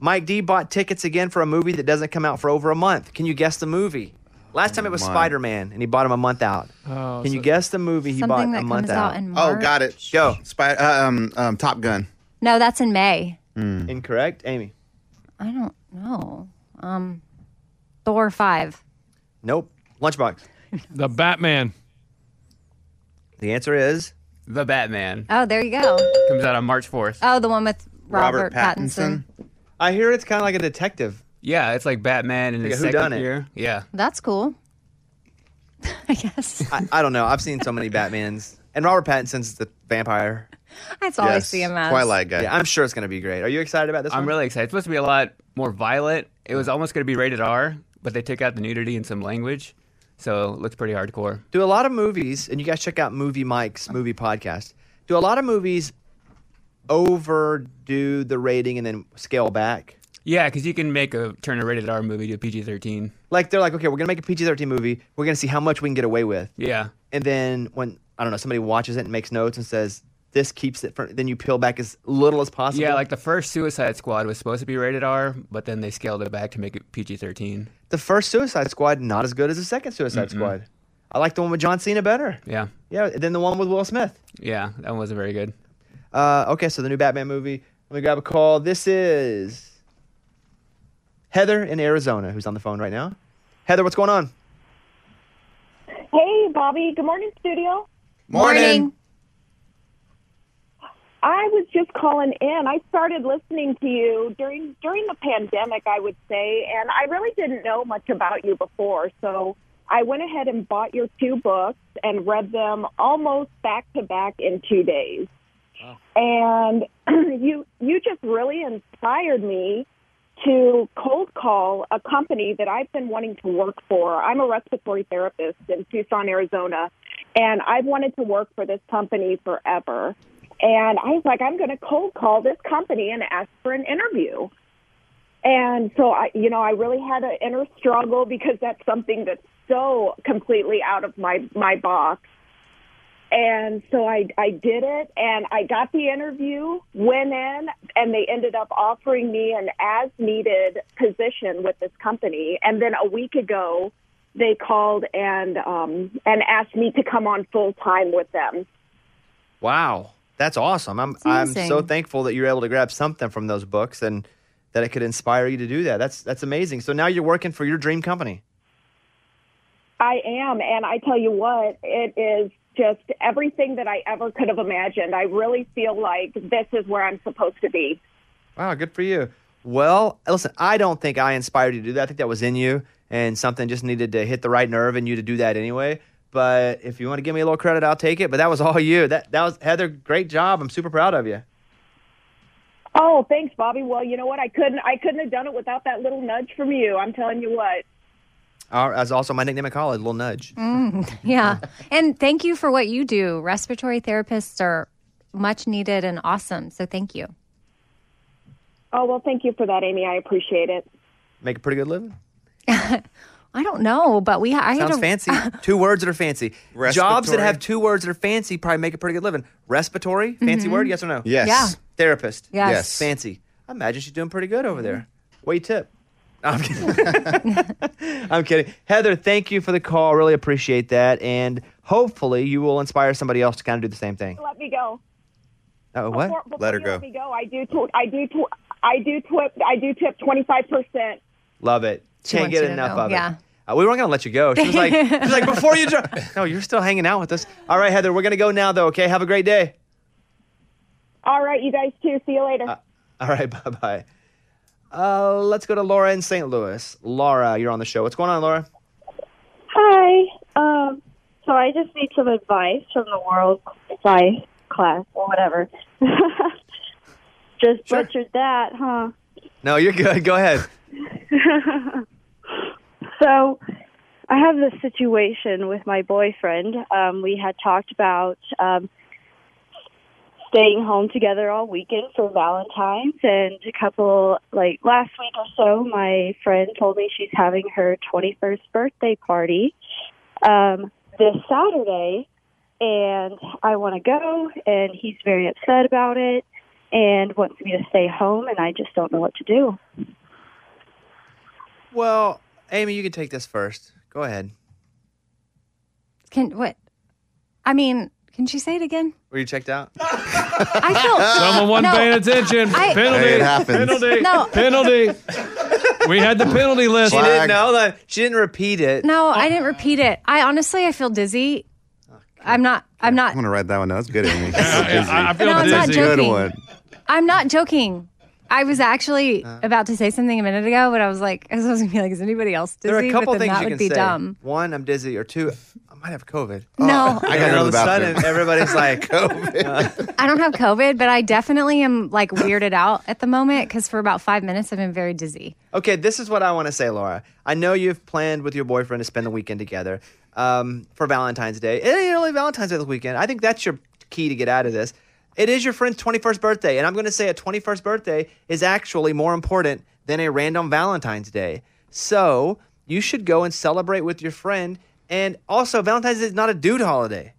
B: Mike D bought tickets again for a movie that doesn't come out for over a month. Can you guess the movie? Last time it was
E: my.
B: Spider Man, and he bought him a month out.
H: Oh,
B: Can
H: so-
B: you guess the movie he bought
C: Something
B: a
C: that
B: month
C: comes out in March.
E: Oh, got it.
B: Go.
E: Spy, uh, um, um, Top Gun. Hmm.
C: No, that's in May.
B: Incorrect, Amy.
C: I don't know. Um, Thor five.
B: Nope. Lunchbox.
H: the Batman.
B: The answer is
K: The Batman
C: Oh, there you go.
K: comes out on March 4th.
C: Oh, the one with Robert, Pattinson.
B: I hear it's kind of like a detective.
K: Yeah, it's like Batman in
B: Like
K: his
B: a
K: second
B: whodunit.
K: year. Yeah.
C: That's cool. I guess
B: I, I don't know. I've seen so many Batmans, and Robert Pattinson's the vampire.
C: that's all I see him as.
E: Twilight guy.
B: Yeah, I'm sure it's going to be great. Are you excited about this
K: I'm
B: one?
K: really excited. It's supposed to be a lot more violent. It was almost going to be rated R, but they took out the nudity and some language. So it looks pretty hardcore.
B: do a lot of movies, and you guys check out Movie Mike's movie podcast. Do a lot of movies overdo the rating and then scale back?
K: Yeah, because you can make a turn a rated R movie to PG 13.
B: Like they're like, okay, we're going to make a PG-13 movie. We're going to see how much we can get away with.
K: Yeah.
B: And then when I don't know, somebody watches it and makes notes and says this keeps it from. Then you peel back as little as possible.
K: Yeah, like the first Suicide Squad was supposed to be rated R, but then they scaled it back to make it PG 13.
B: the first Suicide Squad, not as good as the second Suicide Squad. I like the one with John Cena better.
K: Yeah.
B: Yeah, then the one with Will Smith.
K: Yeah, that one wasn't very good.
B: Uh, okay, so the new Batman movie. Let me grab a call. This is Heather in Arizona, who's on the phone right now. Heather, what's going on?
G: Hey, Bobby. Good morning, studio.
C: Morning.
G: I was just calling in. I started listening to you during during the pandemic, I would say, and I really didn't know much about you before. So I went ahead and bought your two books and read them almost back to back in two days. And you you just really inspired me to cold call a company that I've been wanting to work for. I'm a respiratory therapist in Tucson, Arizona, and I've wanted to work for this company forever. And I was like, I'm going to cold call this company and ask for an interview. And so I, you know, I really had an inner struggle because that's something that's so completely out of my my box. And so I, I did it and I got the interview, went in, and they ended up offering me an as needed position with this company. And then a week ago, they called and, um, and asked me to come on full time with them.
B: Wow, that's awesome. I'm I'm
C: amazing.
B: so thankful that you were able to grab something from those books and that it could inspire you to do that. That's that's amazing. So now you're working for your dream company.
G: I am, and I tell you what, it is just everything that I ever could have imagined. I really feel like this is where I'm supposed to be.
B: Wow, good for you. Well, listen, I don't think I inspired you to do that. I think that was in you, and something just needed to hit the right nerve in you to do that anyway. But if you want to give me a little credit, I'll take it. But that was all you. That that was Heather. Great job. I'm super proud of you.
L: Oh, thanks, Bobby. Well, you know what? I couldn't. I couldn't have done it without that little nudge from you. I'm telling you what.
B: Uh, That's also my nickname at college, Little Nudge.
C: Mm, yeah. and thank you for what you do. Respiratory therapists are much needed and awesome. So thank you.
L: Oh well, thank you for that, Amy. I appreciate it.
B: Make a pretty good living.
C: I don't know, but we I had
B: Sounds
C: a-
B: fancy. two words that are fancy. Jobs that
C: Respiratory.
B: have two words that are fancy probably make a pretty good living. Respiratory, fancy
C: Mhm.
B: word, yes or no?
C: Yes. Yeah.
B: Therapist.
C: Yes. Yes.
B: Fancy. I imagine she's doing pretty good over there. What you tip? No, I'm kidding. I'm kidding. Heather, thank you for the call. Really appreciate that. And hopefully you will inspire somebody else to kind of do the same thing.
L: Let me go.
B: Oh,
L: Before-
B: what?
L: before you Let me go. I do. Tw- I do. Tw- I do. Tw- I do tip twenty five percent.
B: Love it.
L: She
B: Can't
L: wants
B: get
L: you to
B: enough
L: know.
B: of
L: Yeah.
B: it. Uh, we weren't going to let you go. She was like, she was like before you drop. No, you're still hanging out with us. All right, Heather, we're going to go now, though, okay? Have a great day.
L: All right, you guys too. See you later.
B: Uh, All right, bye bye. Uh, let's go to Laura in St. Louis. Laura, you're on the show. What's going on, Laura?
M: Hi. Um, so I just need some advice from the world sci class or whatever. just butchered that, huh?
B: No, you're good. Go ahead.
M: so I have this situation with my boyfriend. Um, we had talked about um, staying home together all weekend for Valentine's, and a couple, like last week or so, my friend told me she's having her 21st birthday party um, this Saturday, and I want to go, and he's very upset about it and wants me to stay home, and I just don't know what to do.
B: Well, Amy, you can take this first. Go ahead.
C: Can what? I mean, can she say it again?
B: Were you checked out?
C: I felt
H: Someone wasn't
C: no,
H: paying attention.
C: I-
H: penalty.
B: Hey, it happens.
H: Penalty.
C: No.
H: Penalty. We had the penalty list.
B: She didn't know that. She didn't repeat it.
C: No, I didn't repeat it. I honestly I feel dizzy. I'm not I'm not
E: I'm gonna write that one down. That's good, Amy.
H: I- I feel
C: No, I'm not
E: That's a good
C: joking.
E: one.
C: I'm not joking. I was actually
B: Uh.
C: about to say something a minute ago, but I was like, I was going to be like, is anybody else dizzy?
B: there are a couple
C: but then
B: things
C: that
B: you
C: would
B: can
C: be
B: say.
C: dumb.
B: One, I'm dizzy, or two, I might have COVID.
C: No.
B: I got
E: go to
B: all
E: the
B: of a sudden.
E: bathroom.
B: Everybody's like,
C: I don't have COVID, but I definitely am like weirded out at the moment because for about five minutes I've been very dizzy.
B: Okay, this is what I want to say, Laura. I know you've planned with your boyfriend to spend the weekend together um, for Valentine's Day. It ain't only Valentine's Day this weekend. I think that's your key to get out of this. It is your friend's 21st birthday, and I'm going to say a 21st birthday is actually more important than a random Valentine's Day. So you should go and celebrate with your friend. And also, Valentine's Day is not a dude holiday.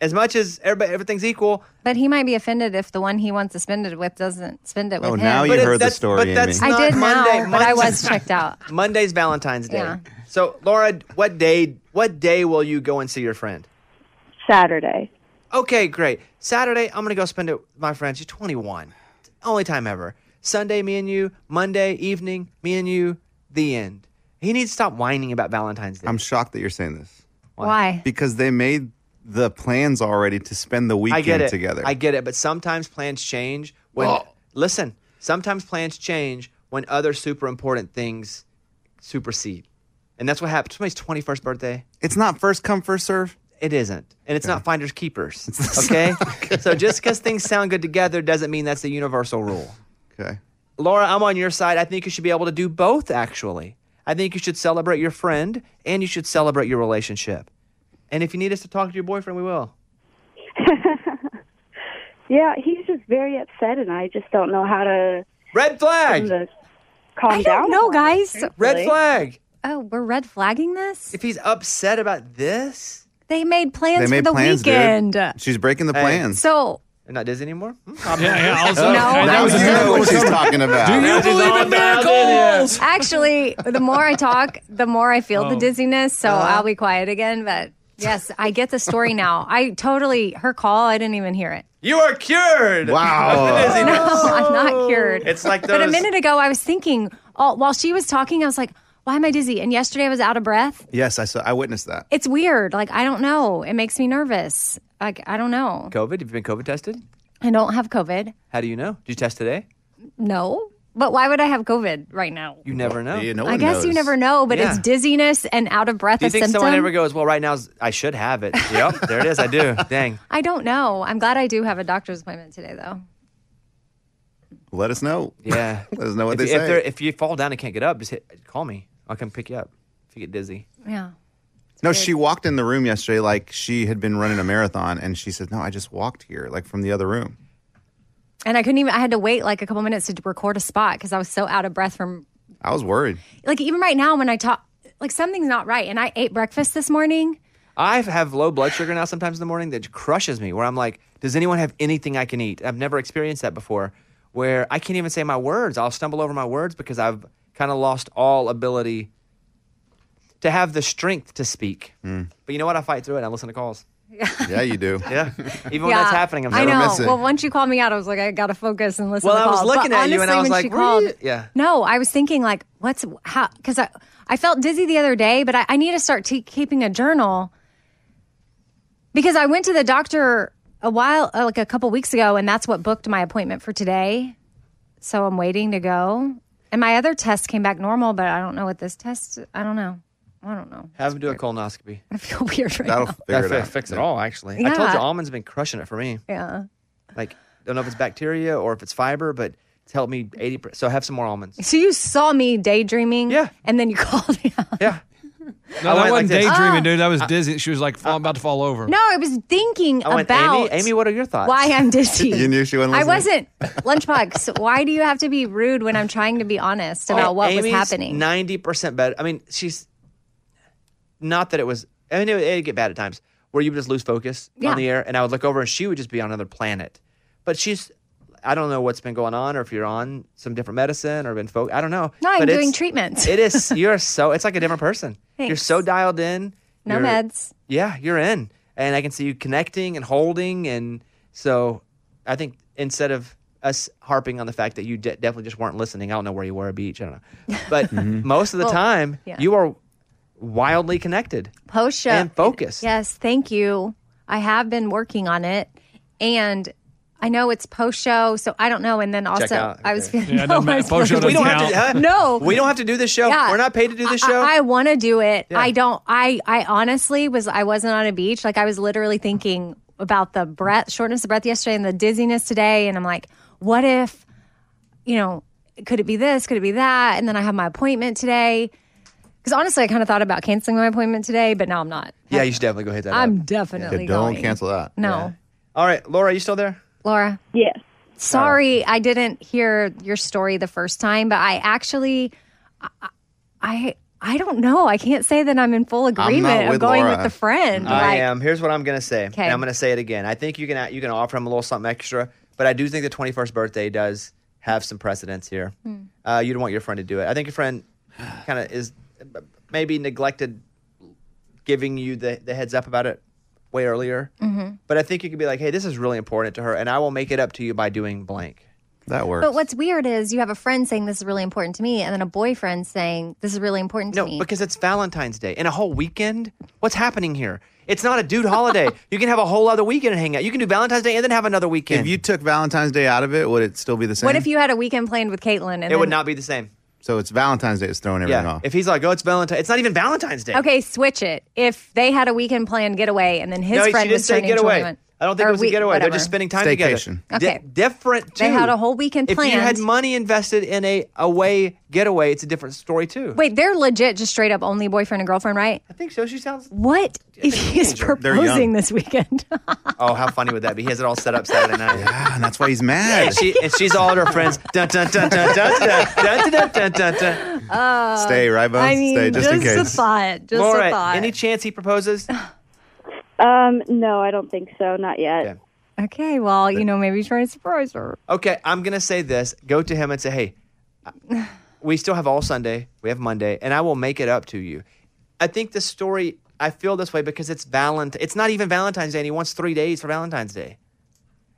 B: As much as everybody, everything's equal,
C: But he might be offended if the one he wants to spend it with doesn't spend it with
B: Oh,
C: him.
B: now you But it- heard the that's- story, but that's Amy.
C: I did
B: not Monday-
C: now, but I was
B: Monday-
C: checked out.
B: Monday's Valentine's Day.
C: Yeah.
B: So, Laura, what day? What day will you go and see your friend?
M: Saturday.
B: Okay, great. Saturday, I'm gonna go spend it with my friend. She's 21. Only time ever. Sunday, me and you. Monday evening, me and you. The end. He needs to stop whining about Valentine's Day.
E: I'm shocked that you're saying this
C: Why?
E: because they made the plans already to spend the weekend
B: I get it.
E: together.
B: I get it. But sometimes plans change when.
E: Oh.
B: Listen, sometimes plans change when other super important things supersede, and that's what happened. Somebody's 21st birthday.
E: it's not first come first serve.
B: It isn't, and it's not finders keepers. Okay, so just because things sound good together doesn't mean that's the universal rule.
E: Okay.
B: Laura, I'm on your side. I think you should be able to do both, actually. I think you should celebrate your friend and you should celebrate your relationship. And if you need us to talk to your boyfriend, we will.
M: Yeah, he's just very upset, and I just don't know how to. um,
B: Red flag.
M: Calm
C: I
M: down.
C: don't know, guys.
B: Red flag.
C: Oh, we're red flagging this?
B: If he's upset about this,
C: They made plans
E: they made
C: for the
E: plans, dude.
C: weekend.
E: She's breaking the plans.
C: So
B: I'm not dizzy anymore.
E: yeah, also-
B: Oh,
E: No, Now that was you a know miracle. what she's talking about. Do you
B: Now she's
E: believe
B: all
E: in
B: dialed
E: miracles?
B: here.
C: Actually, the more I talk, the more I feel the
B: Oh.
C: dizziness. So
B: Uh-huh.
C: I'll be quiet again. But yes, I get the story now. I totally, her call, I didn't even hear it.
B: You are cured.
E: Wow.
B: of the
C: No,
B: dizziness.
C: I'm not cured.
B: It's like
C: But a
B: those-
C: minute ago, I was thinking, oh, while she was talking, I was like, why am I dizzy? And yesterday I was out of breath.
E: Yes, I saw. I witnessed that.
C: It's weird. Like, I don't know. It makes me nervous. Like, I don't know.
B: COVID? Have you been COVID tested?
C: I don't have COVID.
B: How do you know? Did you test today?
C: No. But why would I have COVID right now?
B: You never know.
E: Yeah, no
C: I guess you never know, but it's
B: Yeah.
C: dizziness and out of breath
B: Do you
C: a
B: think
C: symptom.
B: someone ever goes, well, right now is- I should have it? yep, there it is. I do. Dang.
C: I don't know. I'm glad I do have a doctor's appointment today, though.
E: Let us know.
B: Yeah.
E: Let us know what
B: if,
E: they
B: if
E: say.
B: they're- If you fall down and can't get up, just hit, call me. I'll come pick you up if you get dizzy.
C: Yeah.
E: No, she walked in the room yesterday like she had been running a marathon, and she said, "No, I just walked here, like from the other room."
C: And I couldn't even, I had to wait like a couple minutes to record a spot because I was so out of breath from,
E: I was worried.
C: like, even right now when I talk, like, something's not right. And I ate breakfast this morning.
B: I have low blood sugar now sometimes in the morning that crushes me where I'm like, does anyone have anything I can eat? I've never experienced that before where I can't even say my words. I'll stumble over my words because I've kind of lost all ability to have the strength to speak.
H: Hmm.
B: But you know what? I fight through it. and I listen to calls.
E: Yeah, you do.
B: yeah. Even when that's happening, I'm
C: I
B: like,
C: know. Well, once you called me out, I was like, I got to focus and listen
B: Well,
C: to
B: I was
C: calls. But
B: looking at you and
C: honestly,
B: I was
C: when
B: like,
C: she
B: "What?"
C: called,
B: Yeah.
C: No, I was thinking, like, what's, how, because I, I felt dizzy the other day, but I, I need to start te- keeping a journal because I went to the doctor a while, uh, like a couple weeks ago, and that's what booked my appointment for today. So I'm waiting to go. And my other test came back normal, but I don't know what this test, I don't know. I don't know.
B: have him do a colonoscopy.
C: I feel weird right
B: That'll
C: now.
B: that
K: it
B: fi-
K: out.
B: fix it all, actually. I
C: Yeah.
B: told you, almond's been crushing it for me.
C: Yeah.
B: Like, don't know if it's bacteria or if it's fiber, but it's helped me 80%. So have some more almonds.
C: So you saw me daydreaming, yeah, and then you called me.
H: No,
B: I
H: that
B: went like
H: wasn't
B: this.
H: daydreaming,
B: Ah.
H: dude. That was dizzy. She was like fall, about to fall over.
C: No, I was thinking
H: Oh, and
C: about
H: Amy- Amy, what are your thoughts?
C: Why I'm dizzy?
H: You knew she wasn't
C: I
H: listening?
C: wasn't lunchbox. why do you have to be rude when I'm trying to be
H: Oh,
C: honest about what was happening?
B: Oh, Ninety percent better. I mean, she's not that it was. I mean, it would it'd get bad at times where you would just lose focus
C: Yeah.
B: on the air, and I would look over, and she would just be on another planet. But she's, I don't know what's been going on, or if you're on some different medicine, or been focused. I don't know.
C: No, I'm
B: But
C: doing
B: it's-
C: treatments.
B: it is. You're so. It's like a different person. You're
C: Thanks.
B: so dialed in.
C: No
B: You're-
C: meds.
B: Yeah, you're in, and I can see you connecting and holding, and so I think instead of us harping on the fact that you de- definitely just weren't listening, I don't know where you were at a beach. I don't know, but most of the
C: Well,
B: time
C: yeah.
B: you are wildly connected.
C: Post show
B: And focused.
C: Yes, thank you. I have been working on it, and I know it's post show, so I don't know. And then also,
B: out,
C: I was
B: okay. Yeah, it
C: no,
B: doesn't
C: I
B: matter.
C: was
B: Post show
C: feeling-
B: doesn't We don't have to- count. huh?
C: no,
B: We don't have to do this show. We're not paid to do this
C: I-
B: show.
C: I, want to do it.
B: Yeah.
C: I don't. I I honestly was. I wasn't on a beach. Like I was literally thinking about the breath, shortness of breath yesterday, and the dizziness today. And I'm like, what if, you know, could it be this? Could it be that? And then I have my appointment today. Because honestly, I kind of thought about canceling my appointment today, but now I'm not.
B: Yeah, you should definitely go hit that.
C: I'm
B: up.
C: definitely going.
E: that.
C: No,
B: All right, Laura, you still there?
C: Laura.
M: Yes.
C: Sorry, I didn't hear your story the first time, but I actually, I, I don't know. I can't say that I'm in full agreement of going with the friend.
B: I
C: like,
B: am. Here's what I'm gonna say,
C: Okay.
B: and I'm gonna say it again. I think you can you can offer him a little something extra, but I do think the 21st birthday does have some precedence here.
N: Hmm.
B: Uh, you don't want your friend to do it. I think your friend kind of is uh, maybe neglected giving you the, the heads up about it way earlier.
C: Mhm.
B: But I think you could be like, hey, this is really important to her, and I will make it up to you by doing blank.
E: That
C: But what's weird is you have a friend saying this is really important to me, and then a boyfriend saying this is really important to
B: No,
C: me.
B: because it's Valentine's Day and a whole weekend. What's happening here? It's not a dude holiday. you can have a whole other weekend and hang out. You can do Valentine's Day and then have another weekend.
E: If you took Valentine's Day out of it, would it still be the same?
C: what if you had a weekend planned with Caitlin? And
B: it would
C: then-
B: not be the same.
E: so it's Valentine's Day that's throwing everything
B: Yeah.
E: off.
B: If he's like, oh, it's Valentine. It's not even Valentine's Day.
C: Okay, switch it. If they had a weekend planned getaway, and then his
B: no, she
C: friend
B: didn't
C: was
B: say
C: turning
B: get away.
C: 21.
B: I don't think
C: Or
B: it was
C: we-
B: a getaway.
C: whatever.
B: They're just spending time
E: Staycation.
B: together.
C: Okay.
B: Di- different too.
C: They had a whole weekend
B: If
C: planned.
B: you had money invested in a away getaway, it's a different story too.
C: Wait, they're legit, just straight up only boyfriend and girlfriend, right? I
B: think so. She sounds.
C: What if he is
B: They're young.
C: proposing this weekend?
B: Oh, how funny would that be? He has it all set up Saturday night. Yeah,
E: and that's why he's mad.
B: and, she, and she's all at her friends. Dun, dun, dun, dun, dun, dun, dun, dun, dun, dun, dun.
C: Uh,
E: Stay, right, Bones?
C: I mean,
E: Stay, just in
C: a
E: case.
C: thought. Just
B: Laura,
C: a thought.
B: any chance he proposes?
M: Um, no, I don't think so. Not yet.
C: okay, well, you know, maybe he's trying to surprise her.
B: Okay, I'm gonna say this. Go to him and say, "Hey, I- we still have all Sunday. We have Monday, and I will make it up to you." I think the story. I feel this way because it's Valentine. It's not even Valentine's Day, and he wants three days for Valentine's Day,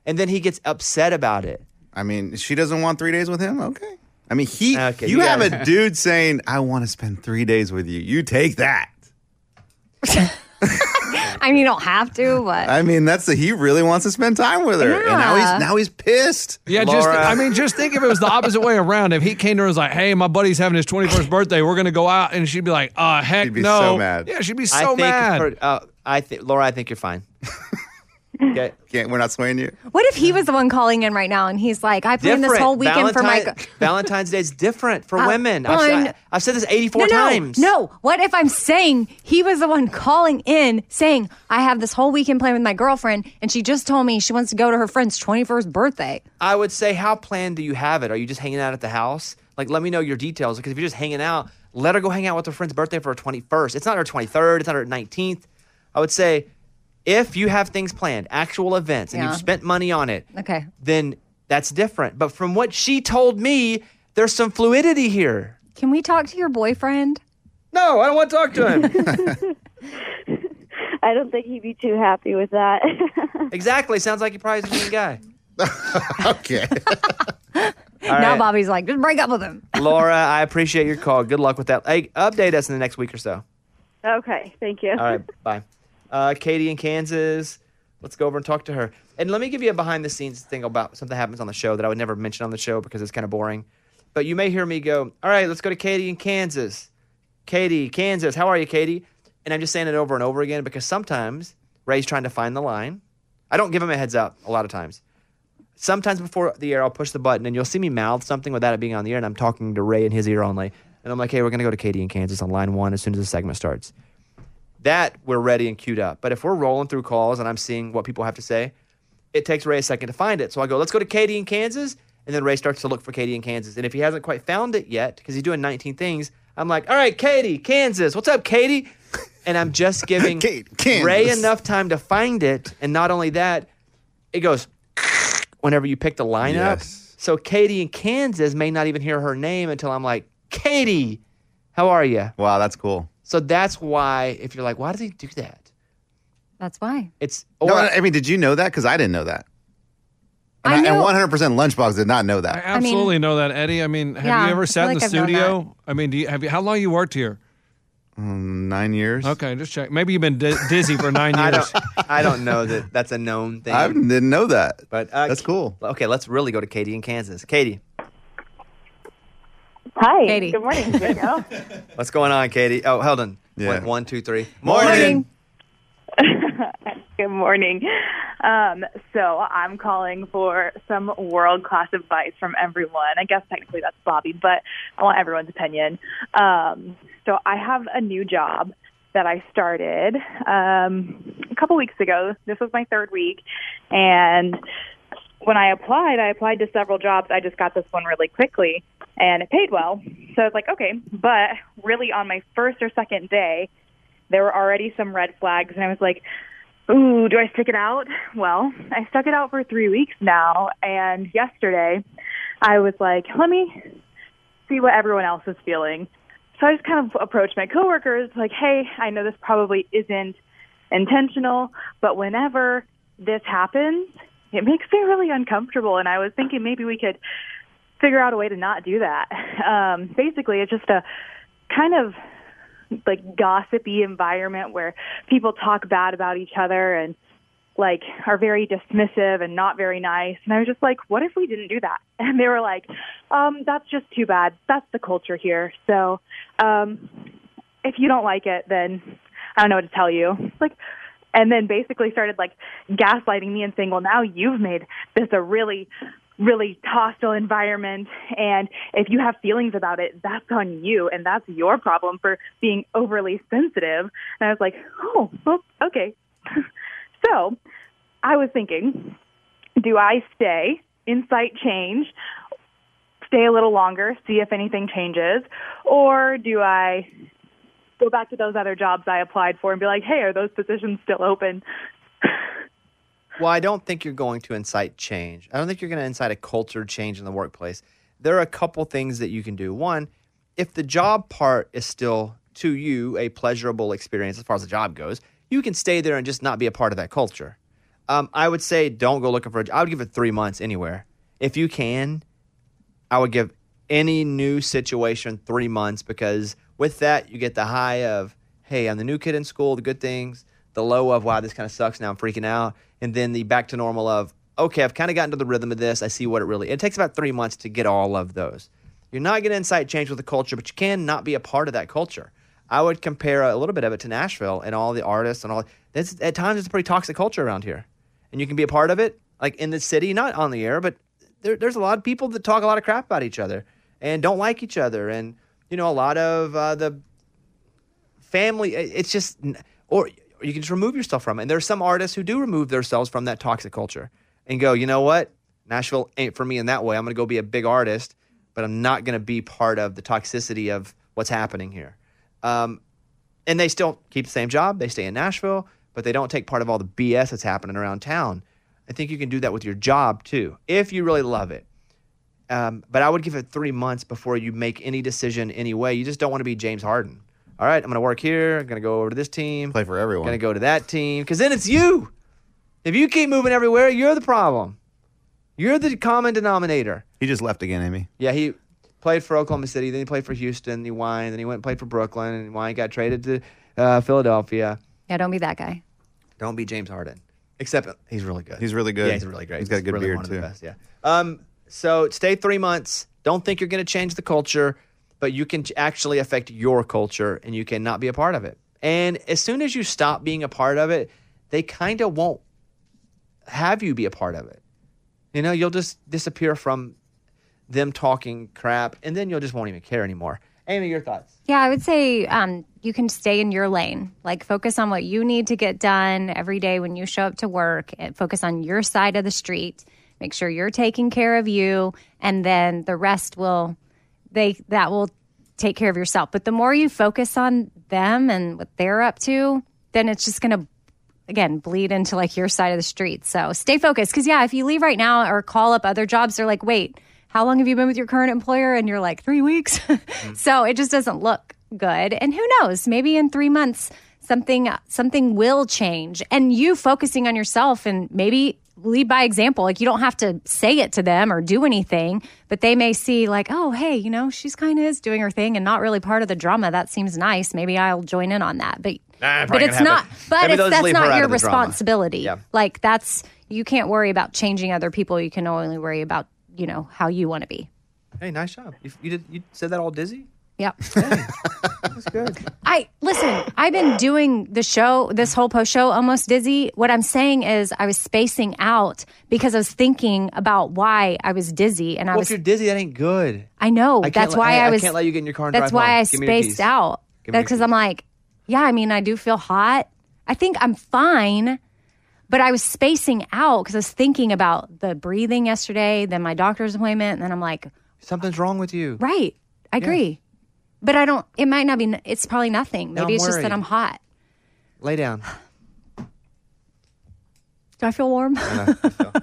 B: and then he gets upset about it.
E: I mean, she doesn't want three days with him. Okay. I mean, he.
B: Okay,
E: you
B: you
E: have
B: got
E: a
B: it.
E: dude saying, "I want to spend three days with you." You take that.
C: I mean, you don't have to, but
E: I mean, that's the he really wants to spend time with her, and now
C: Yeah.
E: he's now he's pissed.
H: Yeah, just I mean, just think if it was the opposite way around. If he came to her and was like, "Hey, my buddy's having his 21st birthday. We're gonna go out," and she'd be like, "Uh, heck
B: She'd be
H: no!"
B: so mad.
H: Yeah, she'd be
B: I
H: so
B: think
H: mad.
B: her- uh, I think Laura, I think you're fine. okay.
E: Can't, we're not swaying you.
C: what if he was the one calling in right now and he's like, I planned this whole weekend for my.
B: Valentine- Valentine's Day is different for
C: Uh,
B: women. I've,
C: fine.
B: said- I've said this 84
C: no, no,
B: times.
C: No, what if I'm saying he was the one calling in saying, I have this whole weekend plan with my girlfriend, and she just told me she wants to go to her friend's 21st birthday?
B: I would say, how planned do you have it? Are you just hanging out at the house? Like, let me know your details because if you're just hanging out, let her go hang out with her friend's birthday for her 21st. It's not her 23rd, it's not her 19th. I would say, if you have things planned, actual events, and
C: Yeah.
B: you've spent money on it,
C: Okay.
B: then that's different. But from what she told me, there's some fluidity here.
C: Can we talk to your boyfriend?
B: No, I don't want to talk to him.
M: I don't think he'd be too happy with that.
B: exactly. Sounds like you probably is a mean guy.
E: okay.
B: All
C: now
B: right.
C: Bobby's like, just break up with him.
B: Laura, I appreciate your call. Good luck with that. Hey, update us in the next week or so.
M: okay, thank you.
B: All right, bye. Uh, Katie in Kansas. Let's go over and talk to her. And let me give you a behind the scenes thing about something that happens on the show that I would never mention on the show because it's kind of boring. But you may hear me go, All right, let's go to Katie in Kansas. Katie, Kansas. How are you, Katie? And I'm just saying it over and over again because sometimes Ray's trying to find the line. I don't give him a heads up a lot of times. Sometimes before the air, I'll push the button and you'll see me mouth something without it being on the air, and I'm talking to Ray in his ear only. And I'm like, hey, we're going to go to Katie in Kansas on line one as soon as the segment starts. That we're ready and queued up. But if we're rolling through calls and I'm seeing what people have to say, it takes Ray a second to find it. So I go, let's go to Katie in Kansas. And then Ray starts to look for Katie in Kansas. And if he hasn't quite found it yet, because he's doing 19 things, I'm like, all right, Katie, Kansas. What's up, Katie? And I'm just giving Ray
E: Kansas.
B: enough time to find it. And not only that, it goes whenever you pick the lineup. So Katie in Kansas may not even hear her name until I'm like, Katie, how are you?
E: Wow, that's cool.
B: So that's why, if you're like, why does he do that?
C: That's why.
B: It's
E: no, I I mean, did you know that? Because I didn't know that. And,
C: I
E: I
C: knew-
E: and 100% Lunchbox did not know
H: I
E: that.
H: absolutely know that, Eddie. I mean, have
C: Yeah,
H: you ever
C: I
H: sat
C: feel
H: in the
C: like I've known
H: studio? I mean, do you, have you? How long you worked here?
E: Um, nine years.
H: Okay, just check. Maybe you've been di- dizzy for nine
B: Mm, I
H: years.
B: don't, I don't know that that's a known thing.
E: I didn't know that.
B: but uh,
E: That's cool.
B: Okay, let's really go to Katie in Kansas. Katie,
L: Hi.
C: Katie.
L: Good morning. Danielle.
B: what's going on, Katie? Oh, hold on. One, one, two, three.
L: Morning. Good morning. Um, so I'm calling for some world class advice from everyone. I guess technically that's Bobby, but I want everyone's opinion. Um, so I have a new job that I started um, a couple weeks ago. This was my third week, and when I applied, I applied to several jobs. I just got this one really quickly, and it paid well. So I was like, okay. But really, on my first or second day, there were already some red flags, and I was like, ooh, do I stick it out? Well, I stuck it out for three weeks now, and yesterday I was like, let me see what everyone else is feeling. So I just kind of approached my coworkers, like, hey, I know this probably isn't intentional, but whenever this happens, it makes me really uncomfortable. And I was thinking maybe we could figure out a way to not do that. Um, basically, it's just a kind of like gossipy environment where people talk bad about each other and like are very dismissive and not very nice. And I was just like, what if we didn't do that? And they were like, um, that's just too bad. That's the culture here. So um, if you don't like it, then I don't know what to tell you. Like, and then basically started like gaslighting me and saying, well, now you've made this a really, really hostile environment. And if you have feelings about it, that's on you. And that's your problem for being overly sensitive. And I was like, oh, well, okay. so I was thinking, do I stay, incite change, stay a little longer, see if anything changes, or do I go back to those other jobs I applied for and be like, hey, are those positions still open?
B: Well, I don't think you're going to incite change. I don't think you're going to incite a culture change in the workplace. There are a couple things that you can do. One, if the job part is still to you a pleasurable experience as far as the job goes, you can stay there and just not be a part of that culture. Um, I would say don't go looking for a job. I would give it three months anywhere. If you can, I would give any new situation three months because with that you get the high of hey, I'm the new kid in school, the good things, the low of wow, this kind of sucks now, I'm freaking out, and then the back to normal of okay, I've kind of gotten to the rhythm of this. I see what it really. It takes about three months to get all of those. You're not going to incite change with the culture, but you can not be a part of that culture. I would compare a little bit of it to Nashville and all the artists and all. This, at times, it's a pretty toxic culture around here, and you can be a part of it, like in the city, not on the air, but there, there's a lot of people that talk a lot of crap about each other and don't like each other, and you know, a lot of uh, the family. it- It's just, or you can just remove yourself from it. And there are some artists who do remove themselves from that toxic culture and go, you know what, Nashville ain't for me in that way. I'm going to go be a big artist, but I'm not going to be part of the toxicity of what's happening here. Um, and they still keep the same job. They stay in Nashville, but they don't take part of all the BS that's happening around town. I think you can do that with your job too, if you really love it. Um, but I would give it three months before you make any decision any way. You just don't want to be James Harden. All right, I'm going to work here. I'm going to go over to this team. Play
E: for everyone.
B: Going to go to that team because then it's you. If you keep moving everywhere, you're the problem. You're the common denominator.
E: He just left again, Amy.
B: Yeah, he played for Oklahoma City, then he played for Houston, he whined, then he went and played for Brooklyn, and whined, got traded to uh, Philadelphia.
C: Yeah, don't be that guy.
B: Don't be James Harden. Except he's really good.
E: He's really good.
B: Yeah, he's really great.
E: He's got a good
B: really
E: beard
B: one of
E: too.
B: the best, yeah. Um, so stay three months. Don't think you're going to change the culture, but you can ch- actually affect your culture, and you cannot be a part of it. And as soon as you stop being a part of it, they kind of won't have you be a part of it. You know, you'll just disappear from them talking crap, and then you'll just won't even care anymore. Amy, your thoughts?
C: Yeah, I would say um, you can stay in your lane. Like, focus on what you need to get done every day when you show up to work. And focus on your side of the street. Make sure you're taking care of you, and then the rest will they that will take care of yourself. But the more you focus on them and what they're up to, then it's just going to again bleed into like your side of the street. So stay focused because yeah, if you leave right now or call up other jobs, they're like, wait, how long have you been with your current employer? And you're like, three weeks. so it just doesn't look good. And who knows? Maybe in three months something something will change. And you focusing on yourself and maybe lead by example. Like you don't have to say it to them or do anything, but they may see like, oh hey, you know, she's kind of is doing her thing and not really part of the drama. That seems nice. Maybe I'll join in on that. But
B: Nah,
C: but
B: probably
C: it's
B: gonna
C: not.
B: happen.
C: But
B: Maybe
C: it's,
B: they'll just
C: that's
B: leave her
C: not
B: out
C: your
B: of the drama.
C: responsibility.
B: Yeah.
C: Like that's you can't worry about changing other people. You can only worry about you know how you want to be.
B: Hey, nice job. You, you did. You said that all dizzy.
C: Yep.
B: That's good.
C: I listen. I've been doing the show, this whole post show, almost dizzy. What I'm saying is, I was spacing out because I was thinking about why I was dizzy, and I
B: well,
C: was.
B: if you're dizzy, that ain't good.
C: I know.
B: I can't
C: Oh, that's
B: let-
C: why
B: hey,
C: I
B: I
C: was.
B: can't let you get in your car and
C: That's
B: drive
C: why
B: home.
C: I
B: Give me your
C: spaced
B: keys.
C: out.
B: Give me your
C: Because I'm like, yeah. I mean, I do feel hot. I think I'm fine, but I was spacing out because I was thinking about the breathing yesterday, then my doctor's appointment, and then I'm like,
B: Something's wrong with you.
C: right. I
B: Yeah.
C: agree, but I don't. It might not be. It's probably nothing.
B: Now
C: Maybe
B: I'm
C: it's just that
B: worried.
C: I'm hot.
B: Lay down.
C: Do I feel warm?
B: Oh,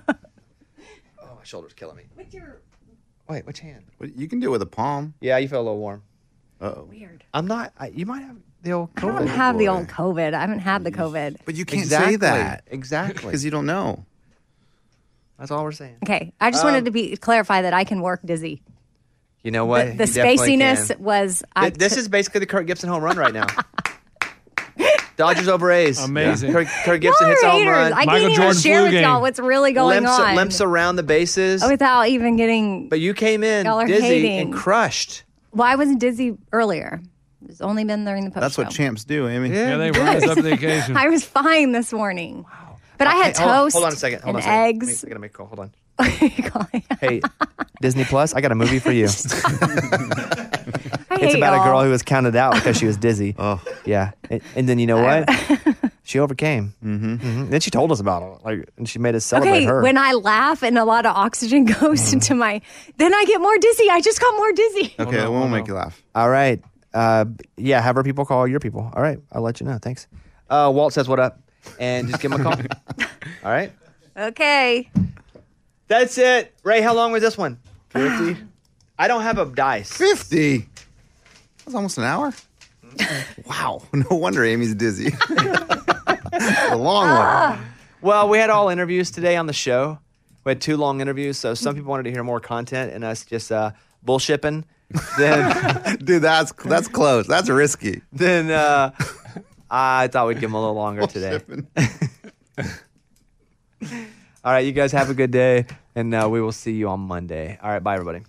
B: my shoulder's killing me.
C: What's your
B: Wait, which hand?
E: Well, you can do it with a palm.
B: Yeah, you feel a little warm.
E: Uh-oh.
C: Weird.
B: I'm not. I, you might have the old
C: I
B: COVID.
C: don't have the old COVID. I haven't had the COVID.
E: But you can't
B: Exactly.
E: say that
B: Exactly.
E: because you don't know.
B: That's all we're saying.
C: Okay, I
B: Um,
C: just wanted to be clarify that I can work dizzy.
B: You know what?
C: The, the spaciness was. I,
B: Th- this is basically the Kurt Gibson home run right now. Dodgers over A's.
H: Amazing.
B: Yeah. Kurt, Kurt Gibson
C: Y'all
B: hits a
C: are
B: home
C: haters.
B: run.
C: I can't even share with y'all what's really going
B: limps,
C: on
B: Limps around the bases.
C: without even getting.
B: but you came in
C: Y'all are
B: dizzy
C: hating.
B: and crushed.
C: Well, I wasn't dizzy earlier. It's only been during the post.
E: That's what champs do, Amy.
H: Yeah, they rise up to the occasion.
C: I was fine this morning. But I had
B: Hey, hold on-
C: toast.
B: Hold on a second. Hold
C: and
B: on a second. Let me-
C: eggs.
B: I gotta make a call. Hold on. hey, Disney Plus, I got a movie for you.
C: I
B: It's
C: hate
B: about
C: y'all.
B: a girl who was counted out because she was dizzy. oh, yeah. And, and then you know what? she overcame. Mm-hmm. Then she told us about it. Like, and she made us celebrate
C: Okay,
B: her.
C: when I laugh and a lot of oxygen goes into my, then I get more dizzy. I just got more dizzy.
E: Okay, it won't make you laugh.
B: All right. Uh, yeah, have her people call your people. All right, I'll let you know. Thanks. Uh, Walt says what up, and just give him a call. All right.
C: Okay.
B: That's it. Ray, how long was this one? 50. I don't have a dice.
E: 50. That was almost an hour.
B: Mm-hmm.
E: wow. No wonder Amy's dizzy. a long one.
B: Well, we had all interviews today on the show. We had two long interviews, so some people wanted to hear more content and us just uh, bullshipping. Then,
E: Dude, that's that's close. That's risky.
B: then uh, I thought we'd give him a little longer today. All right, you guys have a good day, and uh, we will see you on Monday. All right, bye, everybody.